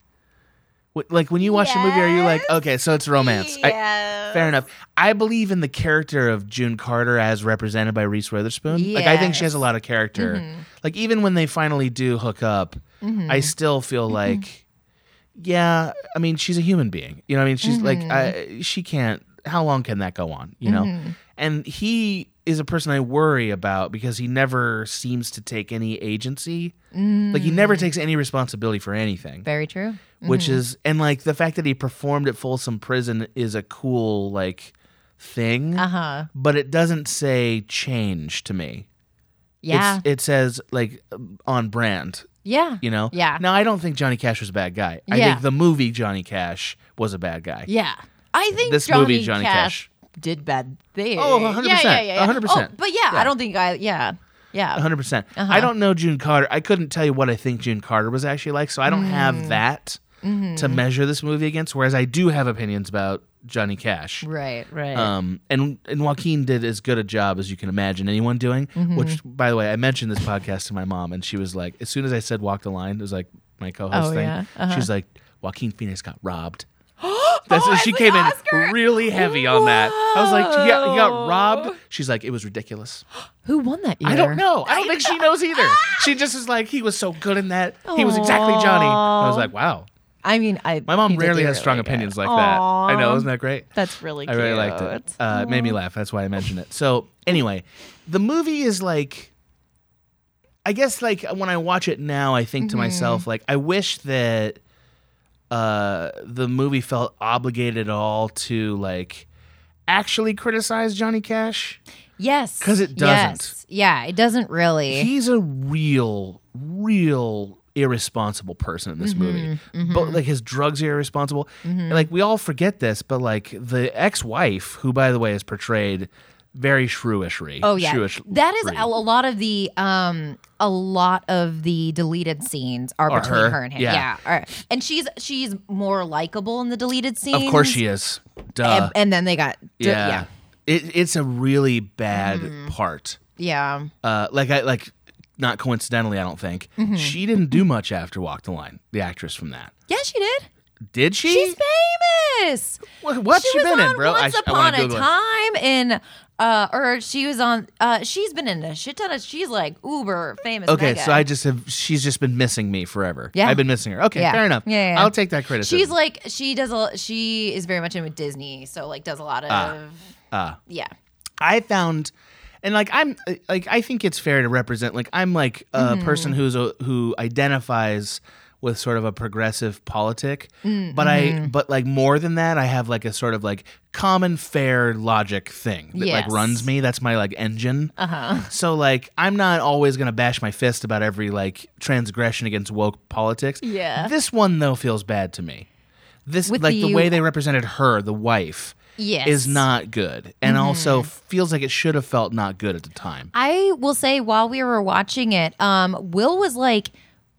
Wh- Like when you watch the movie, are you like, Yes. okay, so it's romance? I- Yes. Fair enough. I believe in the character of June Carter as represented by Reese Witherspoon. Like I think she has a Yes. Mm-hmm. lot of character. Mm-hmm. Like even when they finally do hook up, I still feel like yeah, I mean she's a human being. You know what I mean? She's like Mm-hmm. I, she can't how long can that go on, you know? And he is a person I worry about because he never seems to take any agency. Like he Mm. never takes any responsibility for anything Very true. which Mm-hmm. is and like the fact that he performed at Folsom Prison is a cool like thing, Uh huh. but it doesn't say change to me. Yeah. It's, it says like um, on brand, yeah. you know. Yeah. Now I don't think Johnny Cash was a bad guy. I Yeah. think the movie Johnny Cash was a bad guy. Yeah. I think This Johnny movie, Johnny Cash, did bad things. Oh, 100%, Yeah, yeah, yeah. yeah. 100%. Oh, but yeah, I don't think I. Yeah. Yeah. hundred percent. Uh-huh. I don't know June Carter. I couldn't tell you what I think June Carter was actually like, so I don't Mm. have that Mm-hmm. to measure this movie against. Whereas I do have opinions about Johnny Cash. Right. Right. Um, and and Joaquin did as good a job as you can imagine anyone doing. Mm-hmm. Which, by the way, I mentioned this podcast to my mom, and she was like, as soon as I said "walk the line," it was like my co-host Oh, thing. yeah. Uh-huh. She was like, "Joaquin Phoenix got robbed." That's Oh, she as came an in Oscar? really heavy on that. I was like, "He got, he got Whoa. robbed." She's like, "It was ridiculous." Who won that year? I don't know. I don't think she knows either. She just is like, "He was so good in that. He was exactly Johnny." I was Aw. like, "Wow." I mean, I. My mom he did rarely do has strong really good. opinions like that. I know, Aw. isn't that great? That's really. I Cute. really liked it. Uh, it made me laugh. That's why I mentioned it. So anyway, the movie is like, I guess like when I watch it now, I think to Mm-hmm. myself like, I wish that uh, the movie felt obligated at all to like actually criticize Johnny Cash. Yes. 'Cause it Yes. Yeah, it doesn't really. He's a real, real irresponsible person in this Mm-hmm, movie. But like his drugs are irresponsible. And, like we all forget this, but like the ex-wife, who by the way is portrayed very shrewishly. oh yeah. shrewish- that is free. a, a lot of the um a lot of the deleted scenes are Are between her, her, and him. yeah. Are- And she's she's more likable in the deleted scenes. Of course she is. Duh. And, and then they got yeah. yeah. Mm-hmm. It, it's a really bad part. Yeah. Uh, like I like not coincidentally, I don't think, Mm-hmm. she didn't do much after Walk the Line, the actress from that. Yeah, she did. Did she? She's famous. What- what's she was been in, on bro? I Once sh- I wanna upon a Google it. time in, uh, or she was on. Uh, she's been in a shit ton of. She's like uber famous. okay, mega. so I just have, she's just been missing me forever. Yeah. I've been missing her. Okay, Yeah. fair enough. Yeah, yeah. I'll take that criticism. She's like she does a. She is very much in with Disney, so like does a lot of. Ah, yeah. I found, and like I'm like I think it's fair to represent. Like I'm like a Mm-hmm. person who's a, who identifies with sort of a progressive politic, Mm, but mm-hmm. I but like more than that, I have like a sort of like common fair logic thing that like Yes. runs me. That's my like engine. Uh-huh. So like I'm not always gonna bash my fist about every like transgression against woke politics. Yeah. This one though feels bad to me. This With like the you- way they represented her, the wife Yes. Mm-hmm. is not good and also feels like it should have felt not good at the time. I will say while we were watching it, um, Will was like,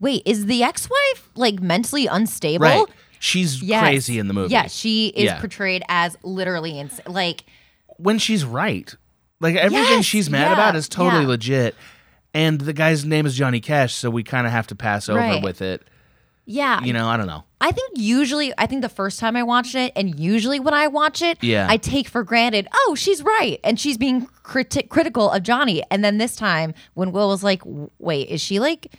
"Wait, is the ex-wife like mentally unstable?" Right. She's Yes. crazy in the movie. Yeah, she is Yeah. portrayed as literally ins- like When she's right. Like everything Yes, she's mad yeah, about is totally yeah. legit. And the guy's name is Johnny Cash, so we kind of have to pass over Right. with it. yeah. You know, I don't know. I think usually I think the first time I watched it and usually when I watch it, Yeah. I take for granted, "Oh, she's right." And she's being criti- critical of Johnny. And then this time when Will was like, "Wait, is she like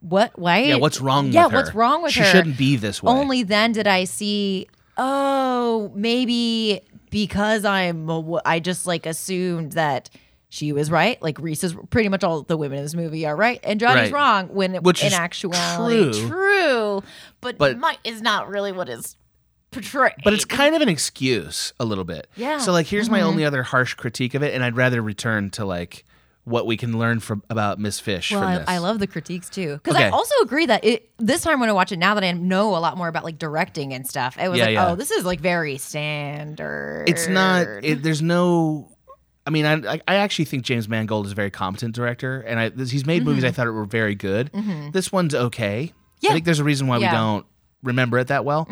what why Yeah, what's wrong yeah, with her? what's wrong with she her? She shouldn't be this way. Only then did I see, oh, maybe because I'm, a wo- I just like assumed that she was right. Like Reese is pretty much all the women in this movie are right, and Right. Johnny's wrong. When Which in is actuality, true. true, but, But- might is not really what is portrayed. But it's kind of an excuse a little bit. Yeah. Mm-hmm. So like here's my only other harsh critique of it, and I'd rather return to like what we can learn from about Miss Fish Well, from I, this. I love the critiques too, because Okay. I also agree that it, this time when I watch it, now that I know a lot more about like directing and stuff, it was Yeah, like, yeah. oh, this is like very standard. it's not it, there's no i mean I, I- I actually think james mangold is a very competent director and I, this- he's made movies i thought were very good this one's okay i Mm-hmm. Yeah. think there's a reason why Yeah. Mm-hmm. we don't remember it that well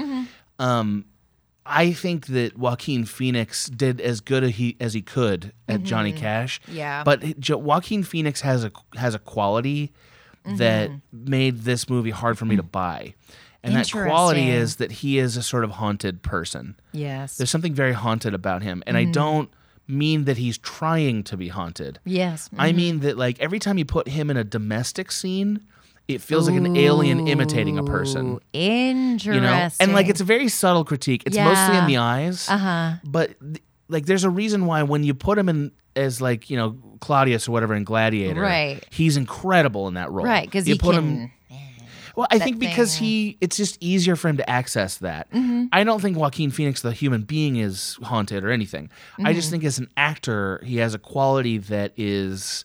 um, i think that joaquin phoenix did as good a he, as he could at johnny cash Mm-hmm. Yeah. but he- jo- joaquin phoenix has a has a quality Mm-hmm. that made this movie hard for me to buy and that quality Mm. Interesting. is that he is a sort of haunted person yes, there's something very haunted about him. And Mm-hmm. I don't mean that he's trying to be haunted. yes. I mean that, like, every time you put him in a domestic scene, it feels like an alien imitating a person. Ooh, Interesting. You know? And, like, it's a very subtle critique. It's mostly in Yeah. the eyes. uh huh. But, th- like, there's a reason why when you put him in as, like, you know, Claudius or whatever in Gladiator, Right. he's incredible in that role. Right, because you he put can. him well, I think because thing. Mm-hmm. he, it's just easier for him to access that. I don't think Joaquin Phoenix, the human being, is haunted or anything. I Mm-hmm. just think as an actor, he has a quality that is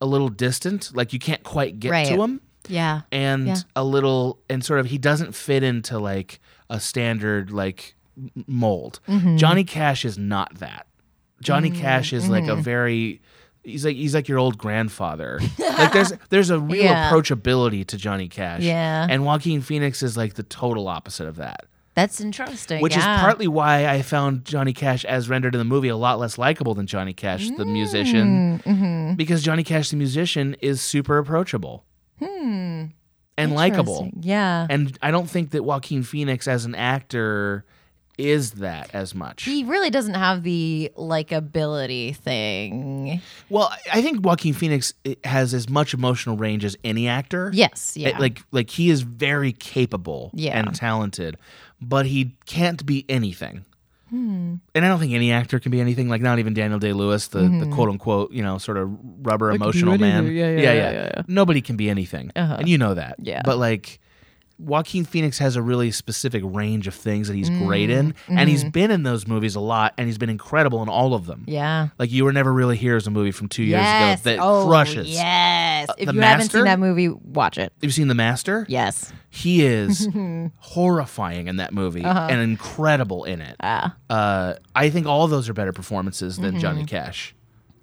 a little distant. Like you can't quite get Right. to him, yeah. and Yeah. a little, and sort of he doesn't fit into like a standard like m- mold. Mm-hmm. Johnny Cash is not that. Johnny Cash is like a Mm-hmm. very. He's like he's like your old grandfather. like there's there's a real Yeah. approachability to Johnny Cash. Yeah. And Joaquin Phoenix is like the total opposite of that, That's interesting. which yeah. is partly why I found Johnny Cash as rendered in the movie a lot less likable than Johnny Cash the musician Mm, mm-hmm. because Johnny Cash the musician is super approachable. Hmm. And likable. Interesting. Yeah. And I don't think that Joaquin Phoenix as an actor is that as much. he really doesn't have the likability thing. well, I- I think Joaquin Phoenix eh, has as much emotional range as any actor. Yes. Yeah. It- like like he is very capable Yeah. and talented, but he can't be anything. And I don't think any actor can be anything. Like not even Daniel Day Lewis, the, the quote unquote you know sort of rubber emotional man. anything. Yeah, yeah, yeah, yeah, yeah. Nobody can be anything, and you know that. Yeah. But like. Joaquin Phoenix has a really specific range of things that he's great in, and he's been in those movies a lot, and he's been incredible in all of them. yeah. Like you were never really here is a movie from two years yes. ago that oh, crushes. Uh, Yes. If The you haven't Master? seen that movie, watch it. Have you seen The Master? Yes. He is horrifying in that movie Uh-huh. and incredible in it. Ah. Uh, I think all those are better performances than Mm-hmm. Johnny Cash.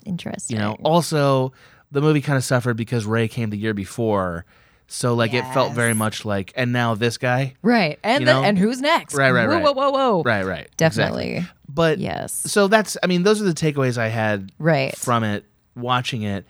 Interesting. You know, also the movie kind of suffered because Ray came the year before, so like it felt very much like and now this guy. Right. And You the, know? and who's next? Right, right, whoa, right. Whoa, whoa, whoa. Right, right. Definitely. Exactly. But Yes. so that's I mean those are the takeaways I had Right. from it watching it.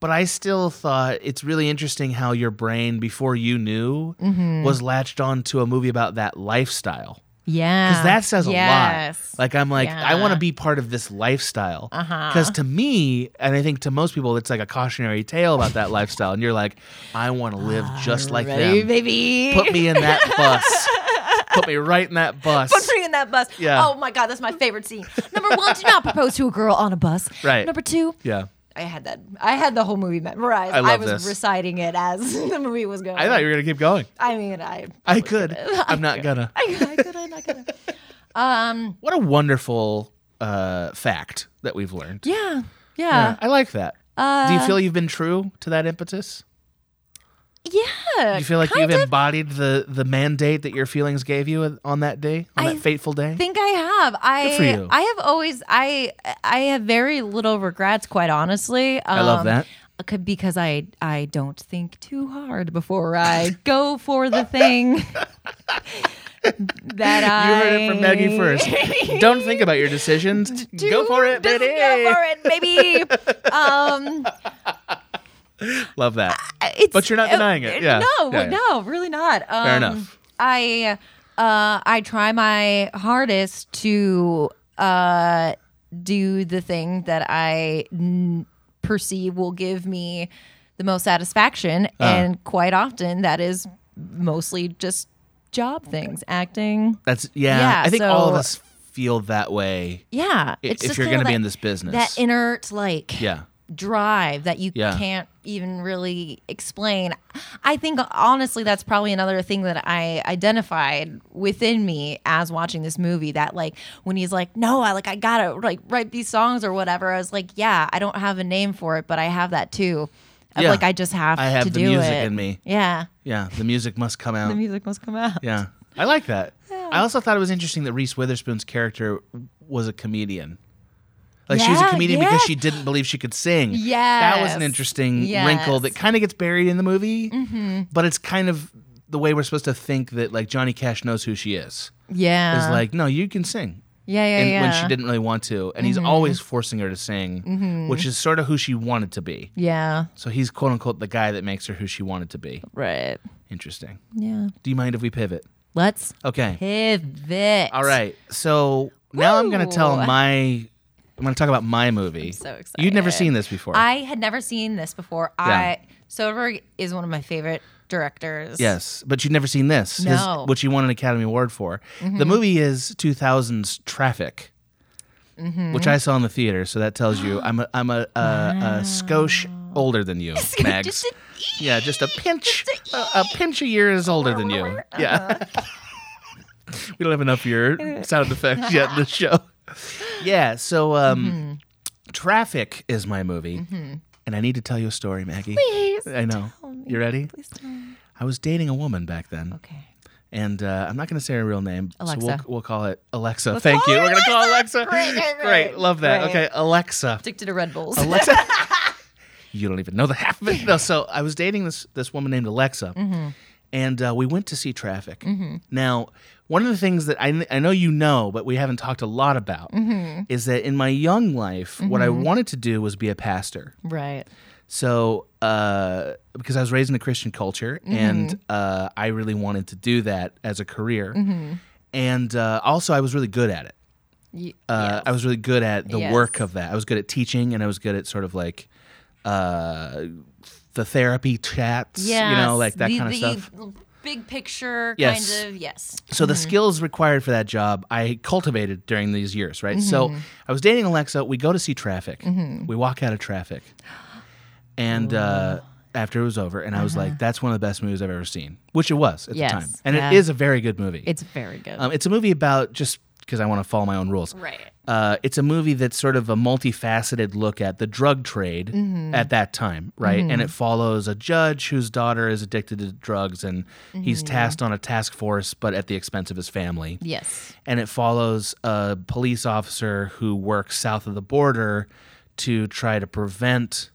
But I still thought it's really interesting how your brain, before you knew, Mm-hmm. was latched on to a movie about that lifestyle. Yeah. Because that says yes. a lot. Like, I'm like, I Yeah. Uh-huh. want to be part of this lifestyle. Because to me, and I think to most people, it's like a cautionary tale about that lifestyle. And you're like, I want to live just like Ready, them. baby. Put me in that bus. Put me right in that bus. Put me in that bus. Yeah. Oh my god, that's my favorite scene. Number one, do not propose to a girl on a bus. Right. Number two, yeah. I had that. I had the whole movie memorized. I love was this. reciting it as the movie was going. I thought you were going to keep going. I mean, I. I could. I'm not going to. I, I could. I Um, could. What a wonderful uh, fact that we've learned. Yeah. Yeah, Yeah. Uh, I like that. Do you feel you've been true to that impetus? Yeah. Do you feel like kind you've of embodied the the mandate that your feelings gave you on that day, on I that fateful day? think I have. I for you. I have always I I have very little regrets quite honestly. Um, I love that. c- Because I I don't think too hard before I go for the thing that you I heard it from Maggie first. Don't think about your decisions. go for it, Just baby. Go for it, baby. um, Love that. it's, uh, But you're not denying it. Yeah. No, Yeah, yeah. no, really not. Um, enough. I uh, I try my hardest to uh, do the thing that I n- perceive will give me the most satisfaction, Uh-huh. and quite often that is mostly just job things, acting. That's yeah. Yeah, I think all of so- us feel that way Yeah, i- it's if just you're kind going of to be that- in this business. That inert, like, yeah. drive that you Yeah. can't even really explain. I think honestly that's probably another thing that I identified within me as watching this movie that like when he's like no I like I got to like write these songs or whatever I was like yeah I don't have a name for it but I have that too. I'm Yeah. like I just have I have to the do music it. in me. Yeah. Yeah. The music must come out. The music must come out. Yeah, I like that. I also thought it was interesting that Reese Witherspoon's character was a comedian. Like she was a Yeah, comedian because yes. she didn't believe she could sing. that was an Yes, interesting wrinkle that yes. Mm-hmm. kind of gets buried in the movie, but it's kind of the way we're supposed to think that like Johnny Cash knows who she is. Yeah. Is like, no, you can sing. yeah, yeah, And Uh-huh. yeah. Mm-hmm. when she didn't really want to, and he's always forcing her to sing, which is sort of who she wanted to be. Yeah. So he's quote unquote the guy that makes her who she wanted to be. Right. Interesting. Yeah. Do you mind if we pivot? Let's Okay. pivot. All right. So now I'm going to tell Woo. my. I'm going to talk about my movie. so excited. You'd never seen this before. I had never seen this before. I Soderbergh is one of my favorite directors. yes, but you'd never seen this, his- No. Mm-hmm. which he won an Academy Award for. The movie is 2000's Traffic, Mm-hmm. which I saw in the theater. So that tells you I'm a, I'm a, a, a skosh older than you, Mags. Just e- a- e. Yeah, just a pinch, a, a pinch of years older than you. Yeah. uh-huh. we don't have enough of your sound effects yet in the show. Yeah, so um, Mm-hmm. Traffic is my movie, and I need to tell you a story, Maggie. Please I know. You ready? please tell me. I was dating a woman back then, Okay. and uh, I'm not going to say her real name, so we'll, Alexa. we'll call it Alexa. Thank call you. her We're going to call Alexa. Great, great, great, Love that. great. Okay, Alexa. Addicted to Red Bulls. Alexa. you don't even know the half of it. No, so I was dating this this woman named Alexa, and uh, we went to see Traffic. Now, one of the things that I, kn- I know you know, but we haven't talked a lot about, is that in my young life, what I wanted to do was be a pastor. right. So, uh, because I was raised in a Christian culture, Mm-hmm. and uh, I really wanted to do that as a career, Mm-hmm. and uh, also I was really good at it. Y- Uh, I was really good at the Yes. work of that. I was good at teaching, and I was good at sort of like uh, the therapy chats, you know, like that the, kind of the stuff. Big picture Yes. kind of yes. So the skills required for that job I cultivated during these years, right? So Mm-hmm. I was dating Alexa. We go to see Traffic. We walk out of Traffic, and uh, after it was over, and I was like, "That's one of the best movies I've ever seen," which it was at Uh-huh. Yes, the time, and yeah. it is a very good movie. It's very good. um, it's a movie about just because I want to follow my own rules. right. Uh, it's a movie that's sort of a multifaceted look at the drug trade at that time, right? And it follows a judge whose daughter is addicted to drugs and he's tasked on a task force, but at the expense of his family. Yes. And it follows a police officer who works south of the border to try to prevent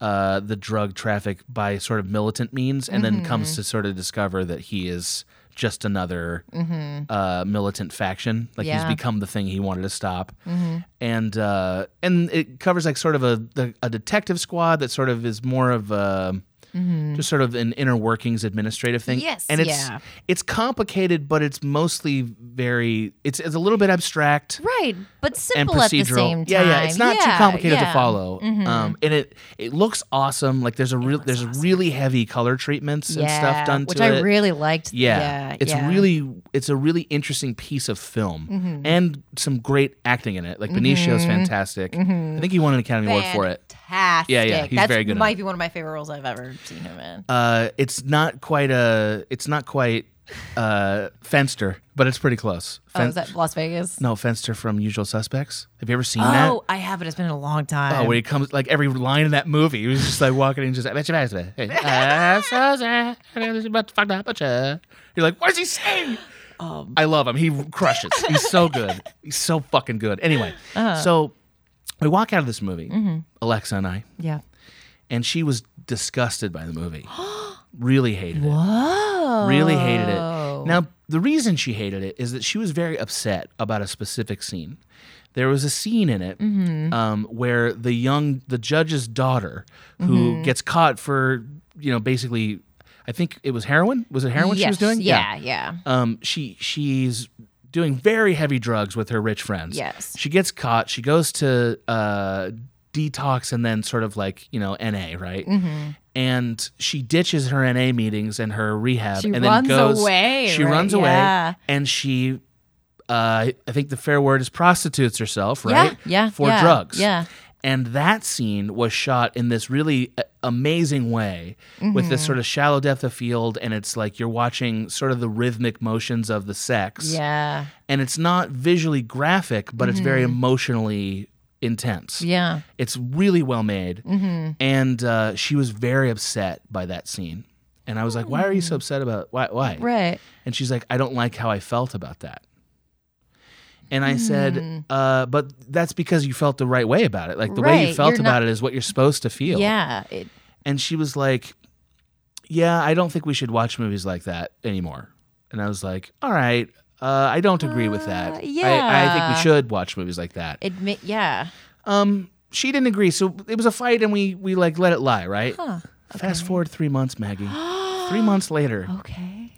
uh, the drug traffic by sort of militant means and then comes to sort of discover that he is just another uh, militant faction. Like Yeah. he's become the thing he wanted to stop, and uh, and it covers like sort of a the, a detective squad that sort of is more of a just sort of an inner workings administrative thing. Mm. Yes, and it's yeah. it's complicated, but it's mostly very it's it's a little bit abstract Right, but and simple at the procedural. same time. Yeah, yeah, it's not too Yeah, complicated to yeah. Mm-hmm. follow. Um, and it it looks awesome. Like there's a real there's really heavy color treatments and Yeah, stuff done to which it. I really liked. yeah. yeah, it's yeah. really it's a really interesting piece of film Mm-hmm. and some great acting in it. Like Benicio's fantastic. Mm-hmm. I think he won an Academy Award for it. Fantastic. Yeah, yeah, he's That's very good in Might it. be one of my favorite roles I've ever seen him in. Uh, it's not quite a it's not quite uh, Fenster, but it's pretty close. Oh, Fen- is that Las Vegas? no, Fenster from Usual Suspects. Have you ever seen that? Oh, I haven't. It's been a long time. Oh, when he comes, like every line in that movie, he was just like walking in, just "Bitch, bitch, bitch." Hey, uh, so sad, and it's about to fuck that butcher." You're like, what is he saying? Um. I love him. He crushes. He's so good. He's so fucking good. Anyway, Uh-huh. so we walk out of this movie, Mm-hmm. Alexa and I, Yeah. and she was disgusted by the movie. really hated it. Really hated it. Oh. Now, the reason she hated it is that she was very upset about a specific scene. There was a scene in it Mm-hmm. um, where the young, the judge's daughter, who Mm-hmm. gets caught for, you know, basically, I think it was heroin. Was it heroin she Yes, was doing? Yeah, yeah. um, she she's doing very heavy drugs with her rich friends. Yes. she gets caught. She goes to uh, detox and then sort of like you know NA right. Mm-hmm. And she ditches her NA meetings and her rehab, She and runs then goes. away, She right? runs away, Yeah. and she, uh, I think the fair word is prostitutes herself, Yeah, right? yeah, for yeah, drugs. yeah. And that scene was shot in this really a- amazing way with Mm-hmm. this sort of shallow depth of field. And it's like you're watching sort of the rhythmic motions of the sex. Yeah. And it's not visually graphic, but it's very emotionally intense. Mm-hmm. Yeah. Mm-hmm. It's really well made. And uh, she was very upset by that scene. And I was like, why are you so upset about why why? Right. And she's like, I don't like how I felt about that. And I Hmm. said, uh, but that's because you felt the right way about it. Like the way you Right, felt you're about not- it is what you're supposed to feel. Yeah. It, And she was like, Yeah, I don't think we should watch movies like that anymore. And I was like, All right, uh, I don't agree with that. Uh, I, I think yeah. we should watch movies like that. admit. Yeah. Um, she didn't agree, so it was a fight, and we we like let it lie, right? Fast forward three months, Maggie. three months later, Okay.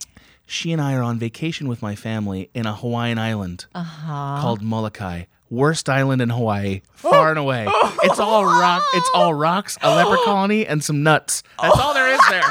she and I are on vacation with my family in a Hawaiian island Uh-huh. called Molokai. Worst island in Hawaii, Oh. far and away. It's all rock. It's all rocks, a leper Oh. colony, and some nuts. That's all there is there.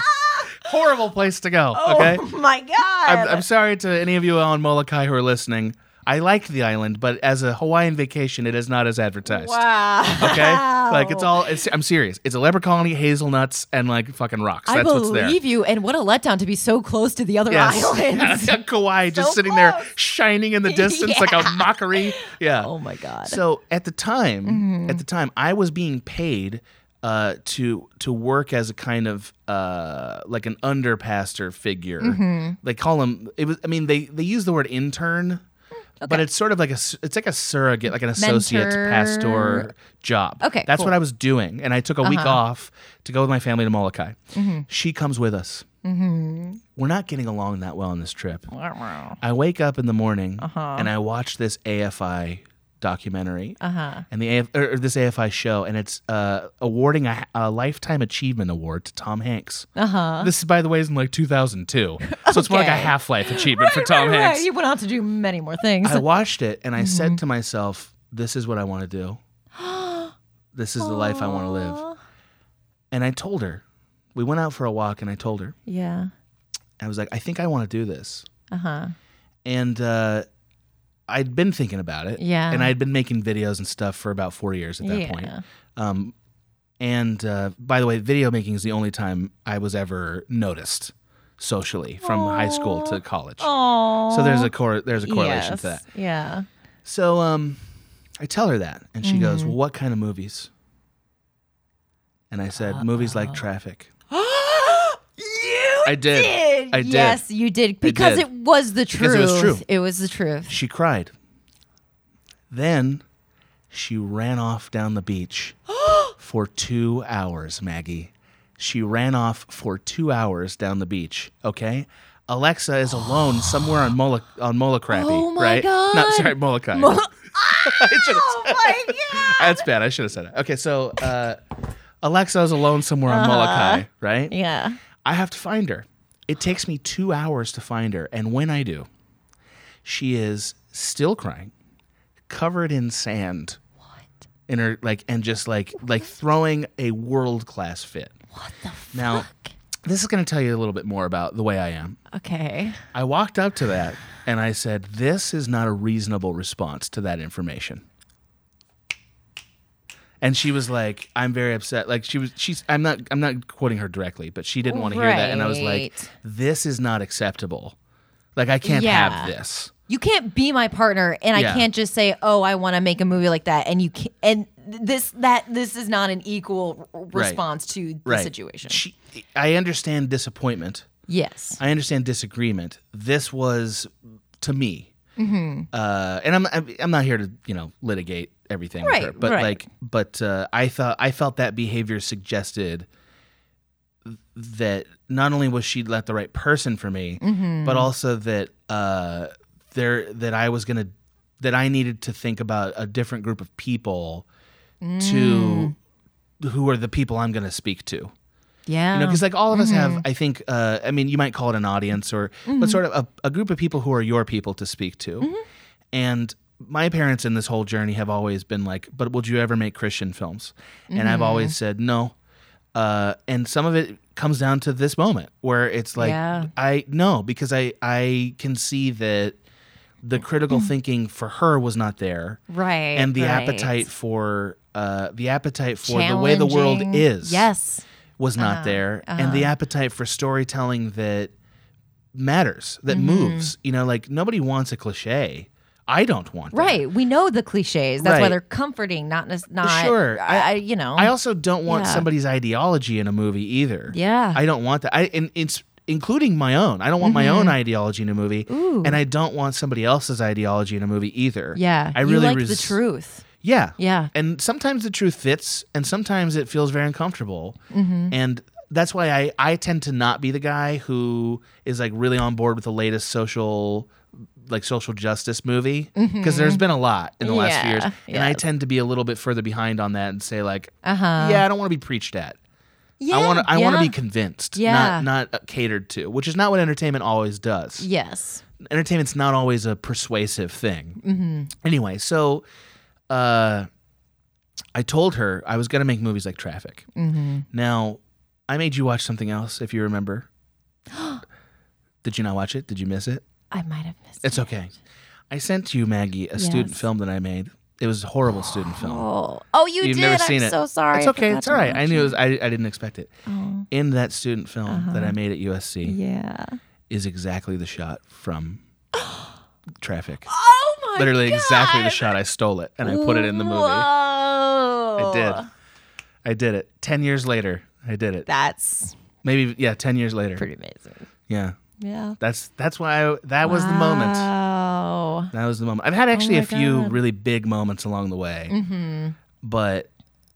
Horrible place to go. Okay. Oh my god. I'm, I'm sorry to any of you on Molokai who are listening. I like the island, but as a Hawaiian vacation, it is not as advertised. wow. Okay, like it's all. It's, I'm serious. It's a leper colony, hazelnuts, and like fucking rocks. I That's what's there. believe you. And what a letdown to be so close to the other islands. Yeah, Kauai just So sitting there close. shining in the distance like a mockery. Yeah. oh my God. Mm-hmm. so at the time, at the time, I was being paid uh, to to work as a kind of uh, like an underpastor figure. Mm-hmm. They call him. It was. I mean, they they use the word intern. But it's sort of like a s- it's like a surrogate, like an associate Mentor. pastor job. Okay, that's cool. Uh-huh. what I was doing, and I took a week off to go with my family to Molokai. Mm-hmm. She comes with us. We're not getting along that well on this trip. I wake up in the morning Uh-huh. and I watch this AFI documentary Uh-huh. and the AF, or, or this AFI show, and it's uh, awarding a, a lifetime achievement award to Tom Hanks. Uh-huh. This is, by the way, is in like 2002, so it's more like a Okay. half life achievement for Tom Right, Mm-hmm. Hanks. He went on to do many more things. I watched it and I said to myself, "This is what I want to do. this is the life I want to live." And I told her. We went out for a walk, and I told her. yeah. I was like, I think I want to do this. Uh-huh. And uh, I'd been thinking about it. Yeah. And I'd been making videos and stuff for about four years at that point. Yeah. Um, and uh, by the way, video making is the only time I was ever noticed socially from high school to college. Oh. So there's a cor- there's a correlation to that. Yeah. So um, I tell her that, and she Mm-hmm. goes, "Well, what kind of movies?" And I said, "Movies Oh. like Traffic." you I did. I did. yes, you did because did. it was the truth. Because it was true. It was the truth. She cried. Then she ran off down the beach for two hours, Maggie. She ran off for two hours down the beach, okay? Alexa is alone somewhere on Moloch on Molochrappy, Oh my right? Not God. sorry, Molokai. I should've Oh said- That's bad. I should have said it. Okay, so uh, Alexa is alone somewhere Uh-huh. on Molokai, right? Yeah. I have to find her. It takes me two hours to find her. And when I do, she is still crying, covered in sand. What? In her, like, and just like, like throwing a world class fit. What the now, fuck? this is going to tell you a little bit more about the way I am. Okay. I walked up to that and I said, This is not a reasonable response to that information. And she was like, I'm very upset. Like she was she's I'm not I'm not quoting her directly, but she didn't want to hear that. And I was like, Right. this is not acceptable. Like I can't have Yeah. this. You can't be my partner, and Yeah. I can't just say, "Oh, I want to make a movie like that," and you can and this that this is not an equal r- response to the Right. situation. She, I understand disappointment. yes, I understand disagreement. This was to me, Mm-hmm. uh, and I'm, I'm I'm not here to you know litigate everything, Right, with her, but right. like, but uh, I thought I felt that behavior suggested th- that not only was she not the right person for me, Mm-hmm. but also that uh, there that I was gonna that I needed to think about a different group of people Mm. to who are the people I'm gonna speak to yeah, you know because like all of us have Mm-hmm. i think uh, i mean you might call it an audience or but sort of a, a group of people who are your people to speak to Mm-hmm. and my parents in this whole journey have always been like but would you ever make christian films and Mm-hmm. i've always said no uh, and some of it comes down to this moment where it's like Yeah. i no because i i can see that the critical thinking for her was not there right, and the Mm-hmm. right. appetite for uh, the appetite for the way the world Challenging. is Yes, was not Uh-huh. there and the appetite for storytelling that matters that Mm-hmm. moves you know like nobody wants a cliche i don't want that. right. We know the cliches. That's Right. why they're comforting, not nec- not Sure. I, I- I- you know, i also don't want Yeah. somebody's ideology in a movie either Yeah. i don't want that i and it's including my own i don't want my Mm-hmm. own ideology in a movie and i don't want somebody else's ideology in a movie either yeah. i really you like the res- truth. Yeah. Yeah. And sometimes the truth fits and sometimes it feels very uncomfortable. Mm-hmm. And that's why I, I tend to not be the guy who is like really on board with the latest social like social justice movie because Mm-hmm. there's been a lot in the last few years Yeah, and I yeah. tend to be a little bit further behind on that and say like Uh-huh. yeah I don't want to be preached at Yeah, I want to I want to yeah. be convinced Yeah. not not catered to which is not what entertainment always does Yes. entertainment's not always a persuasive thing. Mm-hmm. Anyway, so uh, I told her I was going to make movies like Traffic. Mm-hmm. Now, I made you watch something else, if you remember. Did you not watch it? Did you miss it? I might have missed. It's okay. I sent you, Maggie, a student Yes. film that I made. It was a horrible student film. Oh, oh, you You've did. never I'm seen it. so sorry. It's I okay. forgot It's to all right. I watch knew it. Oh. Uh-huh. it was, I, I didn't expect it. In that student film that I made at USC Yeah. is exactly the shot from Traffic Oh my literally God. exactly the shot. I stole it and I put it in the movie. Whoa. I did. I did it. Ten years later, I did it. That's Maybe yeah, ten years later. pretty amazing. Yeah, Yeah. that's that's why I, that was the moment. Oh. That was the moment. I've had actually my a few God. really big moments along the way, Mm-hmm. but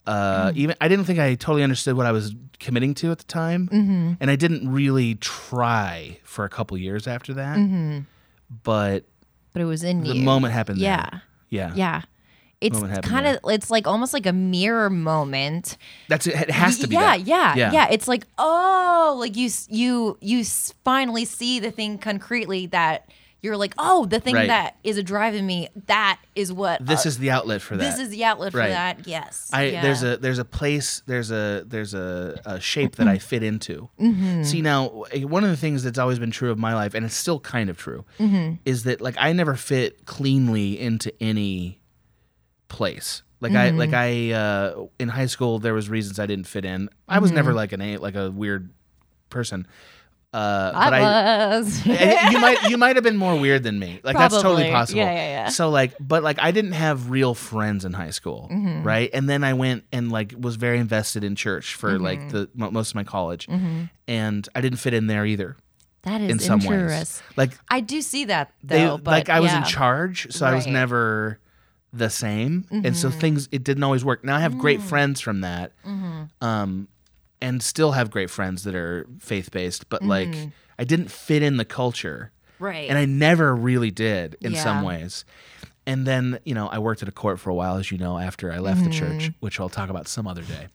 uh, even I didn't think I totally understood what I was committing to at the time, Mm-hmm. and I didn't really try for a couple years after that. Mm-hmm. But But it was in the you. moment happened. then. Yeah. yeah, Yeah. It's Moment happened kind of it's like almost like a mirror moment. That's it. It has to be. yeah, that. yeah, yeah. yeah, It's like oh, like you s- you you s- finally see the thing concretely that you're like oh, the thing Right. that is a driving me. That is what This uh, is the outlet for that. this is the outlet for Right. that. Yes, I yeah. there's a there's a place there's a there's a, a shape that I Mm-hmm. fit into. See now, w- one of the things that's always been true of my life, and it's still kind of true, Mm-hmm. is that like I never fit cleanly into any place. Like I like Mm-hmm. I uh, in high school there was reasons I didn't fit in. I was Mm-hmm. never like an a like a weird person. Uh, but I, was. I- you might you might have been more weird than me. Like that's totally Probably. possible. Yeah, yeah, yeah. So like, but like I didn't have real friends in high school, right? And then I went and like was very invested in church for like the mo most of my college, and I didn't fit in there either. that is in some ways, interest. like I do see that though. they but like I was in yeah. charge, so I was Right. never the same, and so things it didn't always work. Now I have great friends from that, um, and still have great friends that are faith based, but like I didn't fit in the culture. Right. And I never really did in some Yeah. ways. And then, you know, I worked at a court for a while, as you know, after I left the church, which I'll talk about some other day.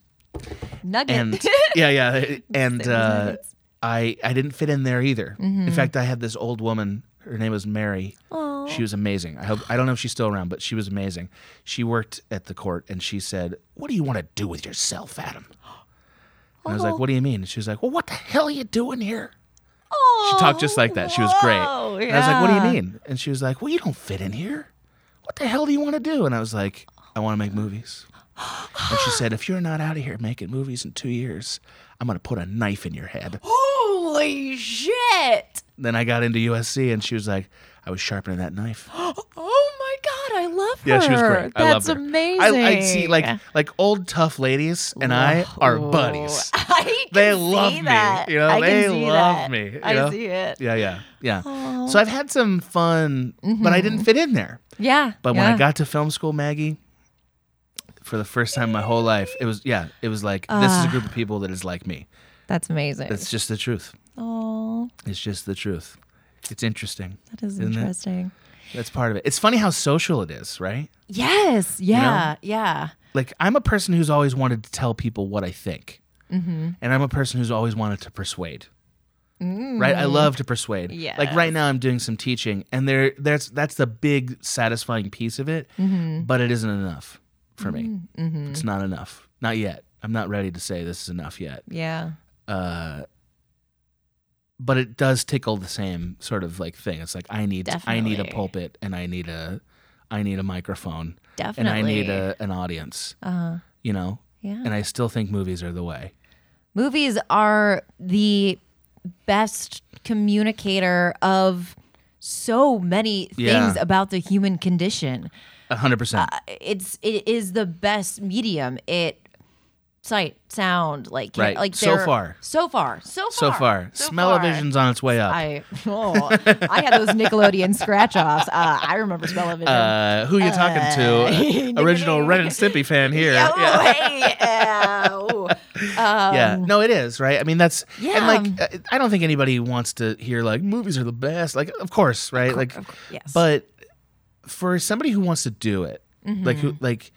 Nugget. And yeah, yeah. And uh, I I didn't fit in there either. In fact, I had this old woman, her name was Mary. She was amazing. I hope I don't know if she's still around, but she was amazing. She worked at the court and she said, What do you want to do with yourself, Adam? And I was like, What do you mean? And she was like, Well, what the hell are you doing here? She talked just like that. She was great. whoa, And I was like, What do yeah. you mean? And she was like, Well, you don't fit in here. What the hell do you want to do? And I was like, I want to make movies. And she said, If you're not out of here making movies in two years, I'm going to put a knife in your head. Holy shit! then I got into USC and she was like, I was sharpening that knife. Oh my god, I love her. Yeah, she was great. I That's loved her. I, I see amazing. like like old tough ladies and I are buddies. I can They see love me. that. You know, I they can see love that. me. you I know? see it. Yeah, yeah, yeah. So I've had some fun, but I didn't fit in there. Yeah. But when yeah. I got to film school, Maggie, for the first time in my whole life, it was yeah, it was like this is a group of people that is like me. That's amazing. It's just the truth. Oh, It's just the truth. It's interesting. that is Isn't it? interesting. That's part of it. It's funny how social it is, right? Yes. Yeah. Yeah. Like I'm a person who's always wanted to tell people what I think, Mm-hmm. and I'm a person who's always wanted to persuade. Mm. Right, I love to persuade. Yeah. Like right now, I'm doing some teaching, and there, that's that's the big satisfying piece of it. Mm-hmm. But it isn't enough for me. It's not enough. Not yet. I'm not ready to say this is enough yet. Yeah. Uh, but it does tickle the same sort of like thing. It's like I need I need a Definitely. pulpit and I need a I need a microphone and Definitely. I need a, an audience. Uh-huh. You know, Yeah. and I still think movies are the way. Movies are the best communicator of so many Yeah. things about the human condition. A hundred percent. It's it is the best medium. It sight, sound, like Right. like So they're- far. So far. So far. So far, Smell-O-Vision's on its way up. I oh, I had those Nickelodeon scratch offs. Uh, I remember Smell of It. uh, who you talking to? Uh, Original Red and Stimpy fan here. Oh, Yeah. hey, uh, ow. Um, Yeah. No, it is right. I mean, that's Yeah. and like uh, I don't think anybody wants to hear like movies are the best. Like, of course, right? like, yes. but for somebody who wants to do it, like, who like.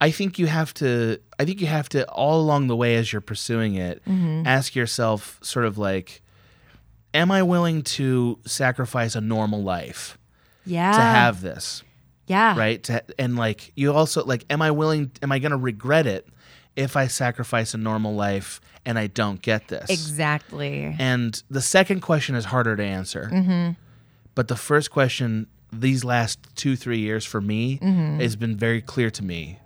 I think you have to. I think you have to all along the way as you're pursuing it, ask yourself, sort of like, am I willing to sacrifice a normal life yeah. to have this? yeah. right to, and like you also like am i willing am i going to regret it if i sacrifice a normal life and i don't get this exactly. and the second question is harder to answer Mm-hmm. but the first question these last two three years for me Mm-hmm. has been very clear to me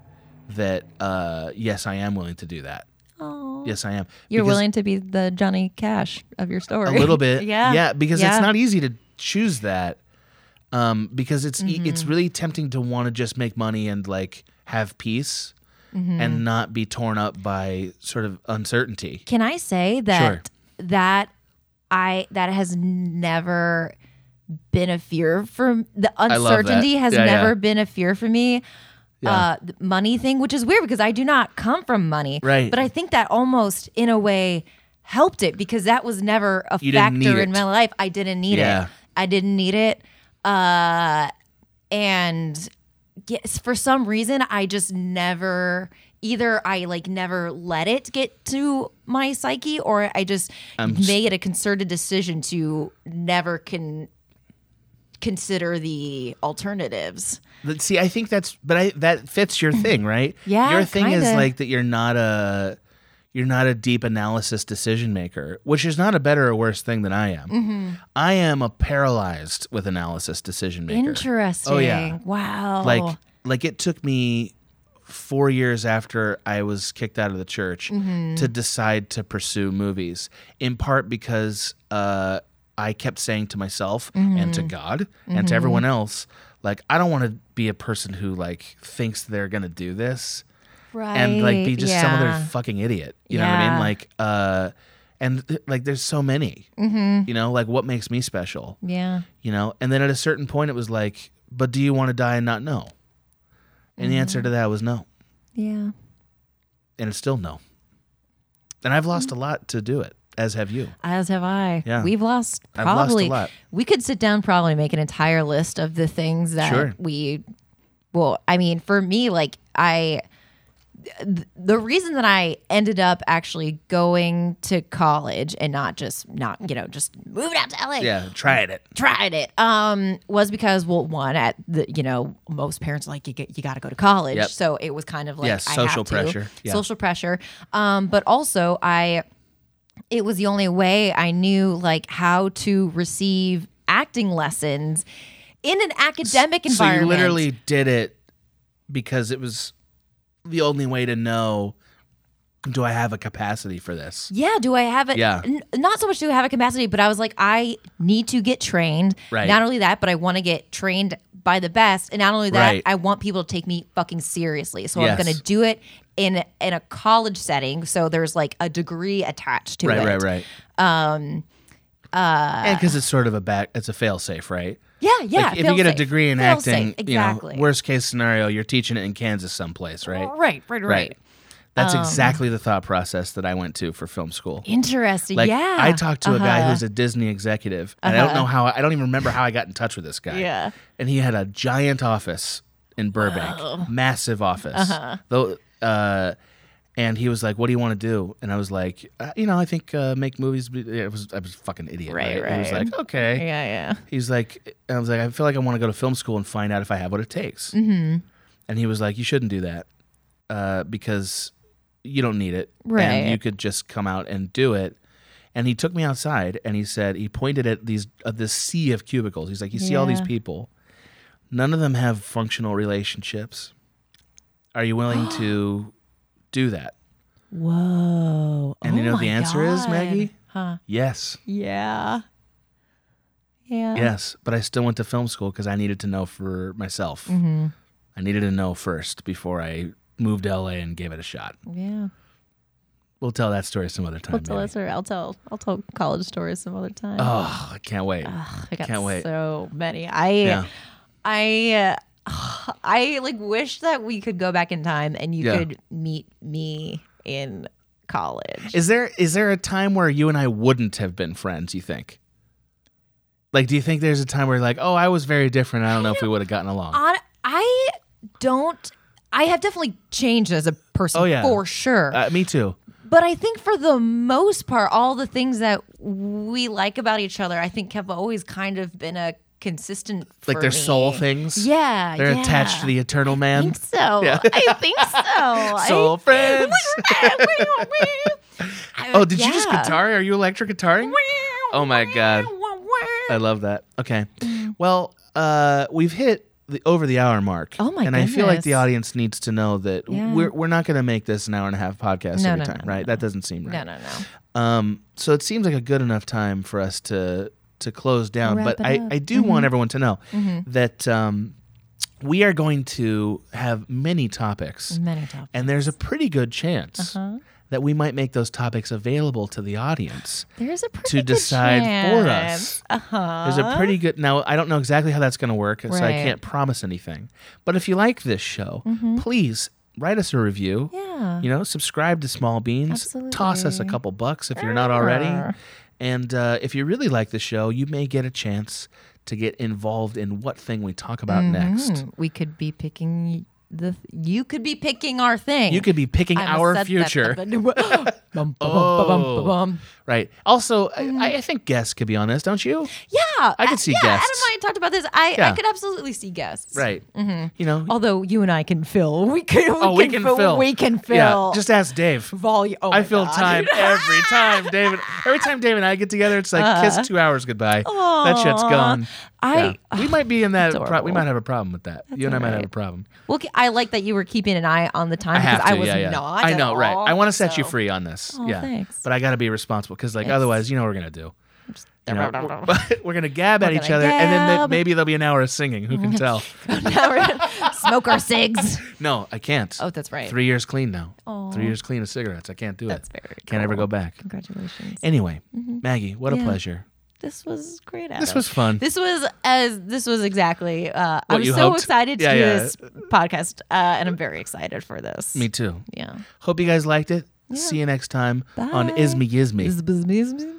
that uh, yes i am willing to do that Oh, yes i am you're Because willing to be the Johnny Cash of your story. a little bit Yeah. yeah because Yeah. it's not easy to choose that um, because it's e it's Mm-hmm. really tempting to want to just make money and like have peace Mm-hmm. and not be torn up by sort of uncertainty Can I say that that I that has never been a fear for the love that. uncertainty has Yeah, yeah. never been a fear for me. Uh, the money thing, which is weird because I do not come from money, Right. But I think that almost in a way helped it because that was never a You didn't need factor in it. my life. I didn't need Yeah. it. I didn't need it. Uh, and yes, for some reason I just never either I like never let it get to my psyche or I just made a concerted decision to never can consider the alternatives. But see i think that's but i that fits your thing right Yeah, your thing is kinda. like that you're not a you're not a deep analysis decision maker which is not a better or worse thing than i am Mm-hmm. i am a paralyzed with analysis decision maker Interesting. Oh, yeah. Wow. like like it took me four years after i was kicked out of the church Mm-hmm. to decide to pursue movies in part because uh, i kept saying to myself and Mm-hmm. to god and to everyone else like i don't want to be a person who like thinks they're gonna do this right. and like be just some yeah. other fucking idiot you know what i mean Yeah. like uh and th- like there's so many Mm-hmm. you know like what makes me special yeah. you know and then at a certain point it was like but do you want to die and not know Mm-hmm. and the answer to that was no Yeah. and it's still no And I've lost a lot to do it, as have you. As have I. Yeah. We've lost I've lost a probably. lot. We could sit down, probably make an entire list of the things that Sure. we. Well, I mean, for me, like I, th- the reason that I ended up actually going to college and not just not you know just moving out to LA, Yeah, tried it. tried it um was because well one at the you know most parents are like you get, you got to go to college Yep. so it was kind of like Yes, I social have to. pressure. Yeah. social pressure um but also I it was the only way I knew like how to receive acting lessons in an academic So you environment literally did it because it was the only way to know do I have a capacity for this? Yeah, do I have it? Yeah. N- not so much do I have a capacity, but I was like, I need to get trained. Right. Not only that, but I want to get trained by the best. And not only that, Right. I want people to take me fucking seriously. So Yes. I'm going to do it in in a college setting. So there's like a degree attached to Right, right, it. right. Um, uh, because it's sort of a back, it's a fail safe, right? Yeah, yeah. Like, if you get a fail-safe. degree in Fail-safe, acting, exactly. you know, worst case scenario, you're teaching it in Kansas someplace, right? Oh, right, right, Um, right. That's exactly the thought process that I went to for film school. Interesting. Like yeah. I talked to a guy Uh-huh. who's a Disney executive, and I don't know how I don't even remember how I got in touch with this guy. Yeah. and he had a giant office in Burbank, massive office. Uh-huh. Though, uh, and he was like, "What do you want to do?" And I was like, uh, "You know, I think uh, make movies." Be- yeah, It was I was a fucking idiot. Right, Right, He was right. like, "Okay." Yeah, yeah. He's like, I was like, I feel like I want to go to film school and find out if I have what it takes. Mm-hmm. And he was like, you shouldn't do that uh, because you don't need it. Right. And you could just come out and do it. And he took me outside and he said, he pointed at these uh, this sea of cubicles. He's like, you see all these Yeah. people. None of them have functional relationships. Are you willing to do that? Whoa. And you Oh know what the my answer is, God. Maggie? Huh. Yes. Yeah. Yeah. Yes, but I still went to film school because I needed to know for myself. Mm-hmm. I needed to know first before I moved to LA and gave it a shot. Yeah. We'll tell that story some other time. I'll tell, maybe. us or I'll tell. I'll tell college stories some other time. Oh, I can't wait. Ugh, I got can't wait. So many. I. yeah. I. Uh, I like wish that we could go back in time and you Yeah. could meet me in college. Is there is there a time where you and I wouldn't have been friends? You think? Like, do you think there's a time where you're like, oh, I was very different. I don't know if we would have gotten along. On, I don't. I have definitely changed as a person Oh, yeah. for sure. Uh, me too. but I think for the most part, all the things that we like about each other, I think have always kind of been a consistent. Like for their me. soul things. Yeah, They're yeah. attached to the eternal I man. think so. I think so. Soul friends. I, oh, did you just yeah. guitar? Are you electric guitaring? Oh my god. I love that. Okay. Mm-hmm. Well, uh, we've hit the over the hour mark. Oh my And I feel like the goodness. audience needs to know that Yeah. we're we're not going to make this an hour and a half podcast No, every no, time, no, right? That doesn't seem right. No, no, no. Um, so it seems like a good enough time for us to to close down. Wrap but it I, up. Mm-hmm. I do want everyone to know that um, we are going to have many topics, Many topics. and there's a pretty good chance Uh-huh. that we might make those topics available to the audience There's a pretty to good decide for chance. Uh-huh. us. There's a pretty good now. I don't know exactly how that's going to work, so I Right. Mm-hmm. can't promise anything. But if you like this show, please write us a review. Yeah. You know, subscribe to Small Beans. Toss us a Absolutely. couple bucks if you're not already. And uh, if you really like the show, you may get a chance to get involved in what thing we talk about next. Mm, we could be picking the. You could be picking our thing. You could be picking I almost our said future. That, but- Bum, bum, bum, bum, Oh. bum, bum. Right. Also, I, Mm-hmm. I think guests could be on this, don't you? Yeah, uh, I could see yeah, Adam guests. and I talked about this. I, I Yeah. could absolutely see guests. Right. mm-hmm. You know, Although you and I can fill, we can. We oh, can, we can fill, fill. We can fill. Yeah, just ask Dave. volume. Oh I my fill God. time every time, David. Every time David and I get together, it's like kiss two hours goodbye. that shit's gone. Uh-huh. I- Yeah. we might be in that. Pro- we horrible. might have a problem with that. you and I might have a alright. problem. Well, I like that you were keeping an eye on the time I have because to. I was yeah, yeah. not. I at know, right? all, I want to set you so- free on this. Oh, yeah, thanks. but I got to be responsible because, like, otherwise, you know, what we're gonna do. You know, we're- we're gonna gab at each gonna other, and then may- gab. maybe there'll be an hour of singing. Who can tell? Now we're gonna smoke our cigs. No, I can't. Oh, that's right. Three years clean now. Aw. Three years clean of cigarettes. I can't do That's it. very Can't ever cool. go back. Congratulations. Anyway, Maggie, what a Mm-hmm. Yeah. pleasure. This was great. Adam. This was fun. This was as this was exactly. Uh, I What was you so hoped? excited to Yeah, do yeah. this podcast, uh, and I'm very excited for this. Me too. Yeah. Hope you guys liked it. See you next time on Ismi Yizmi.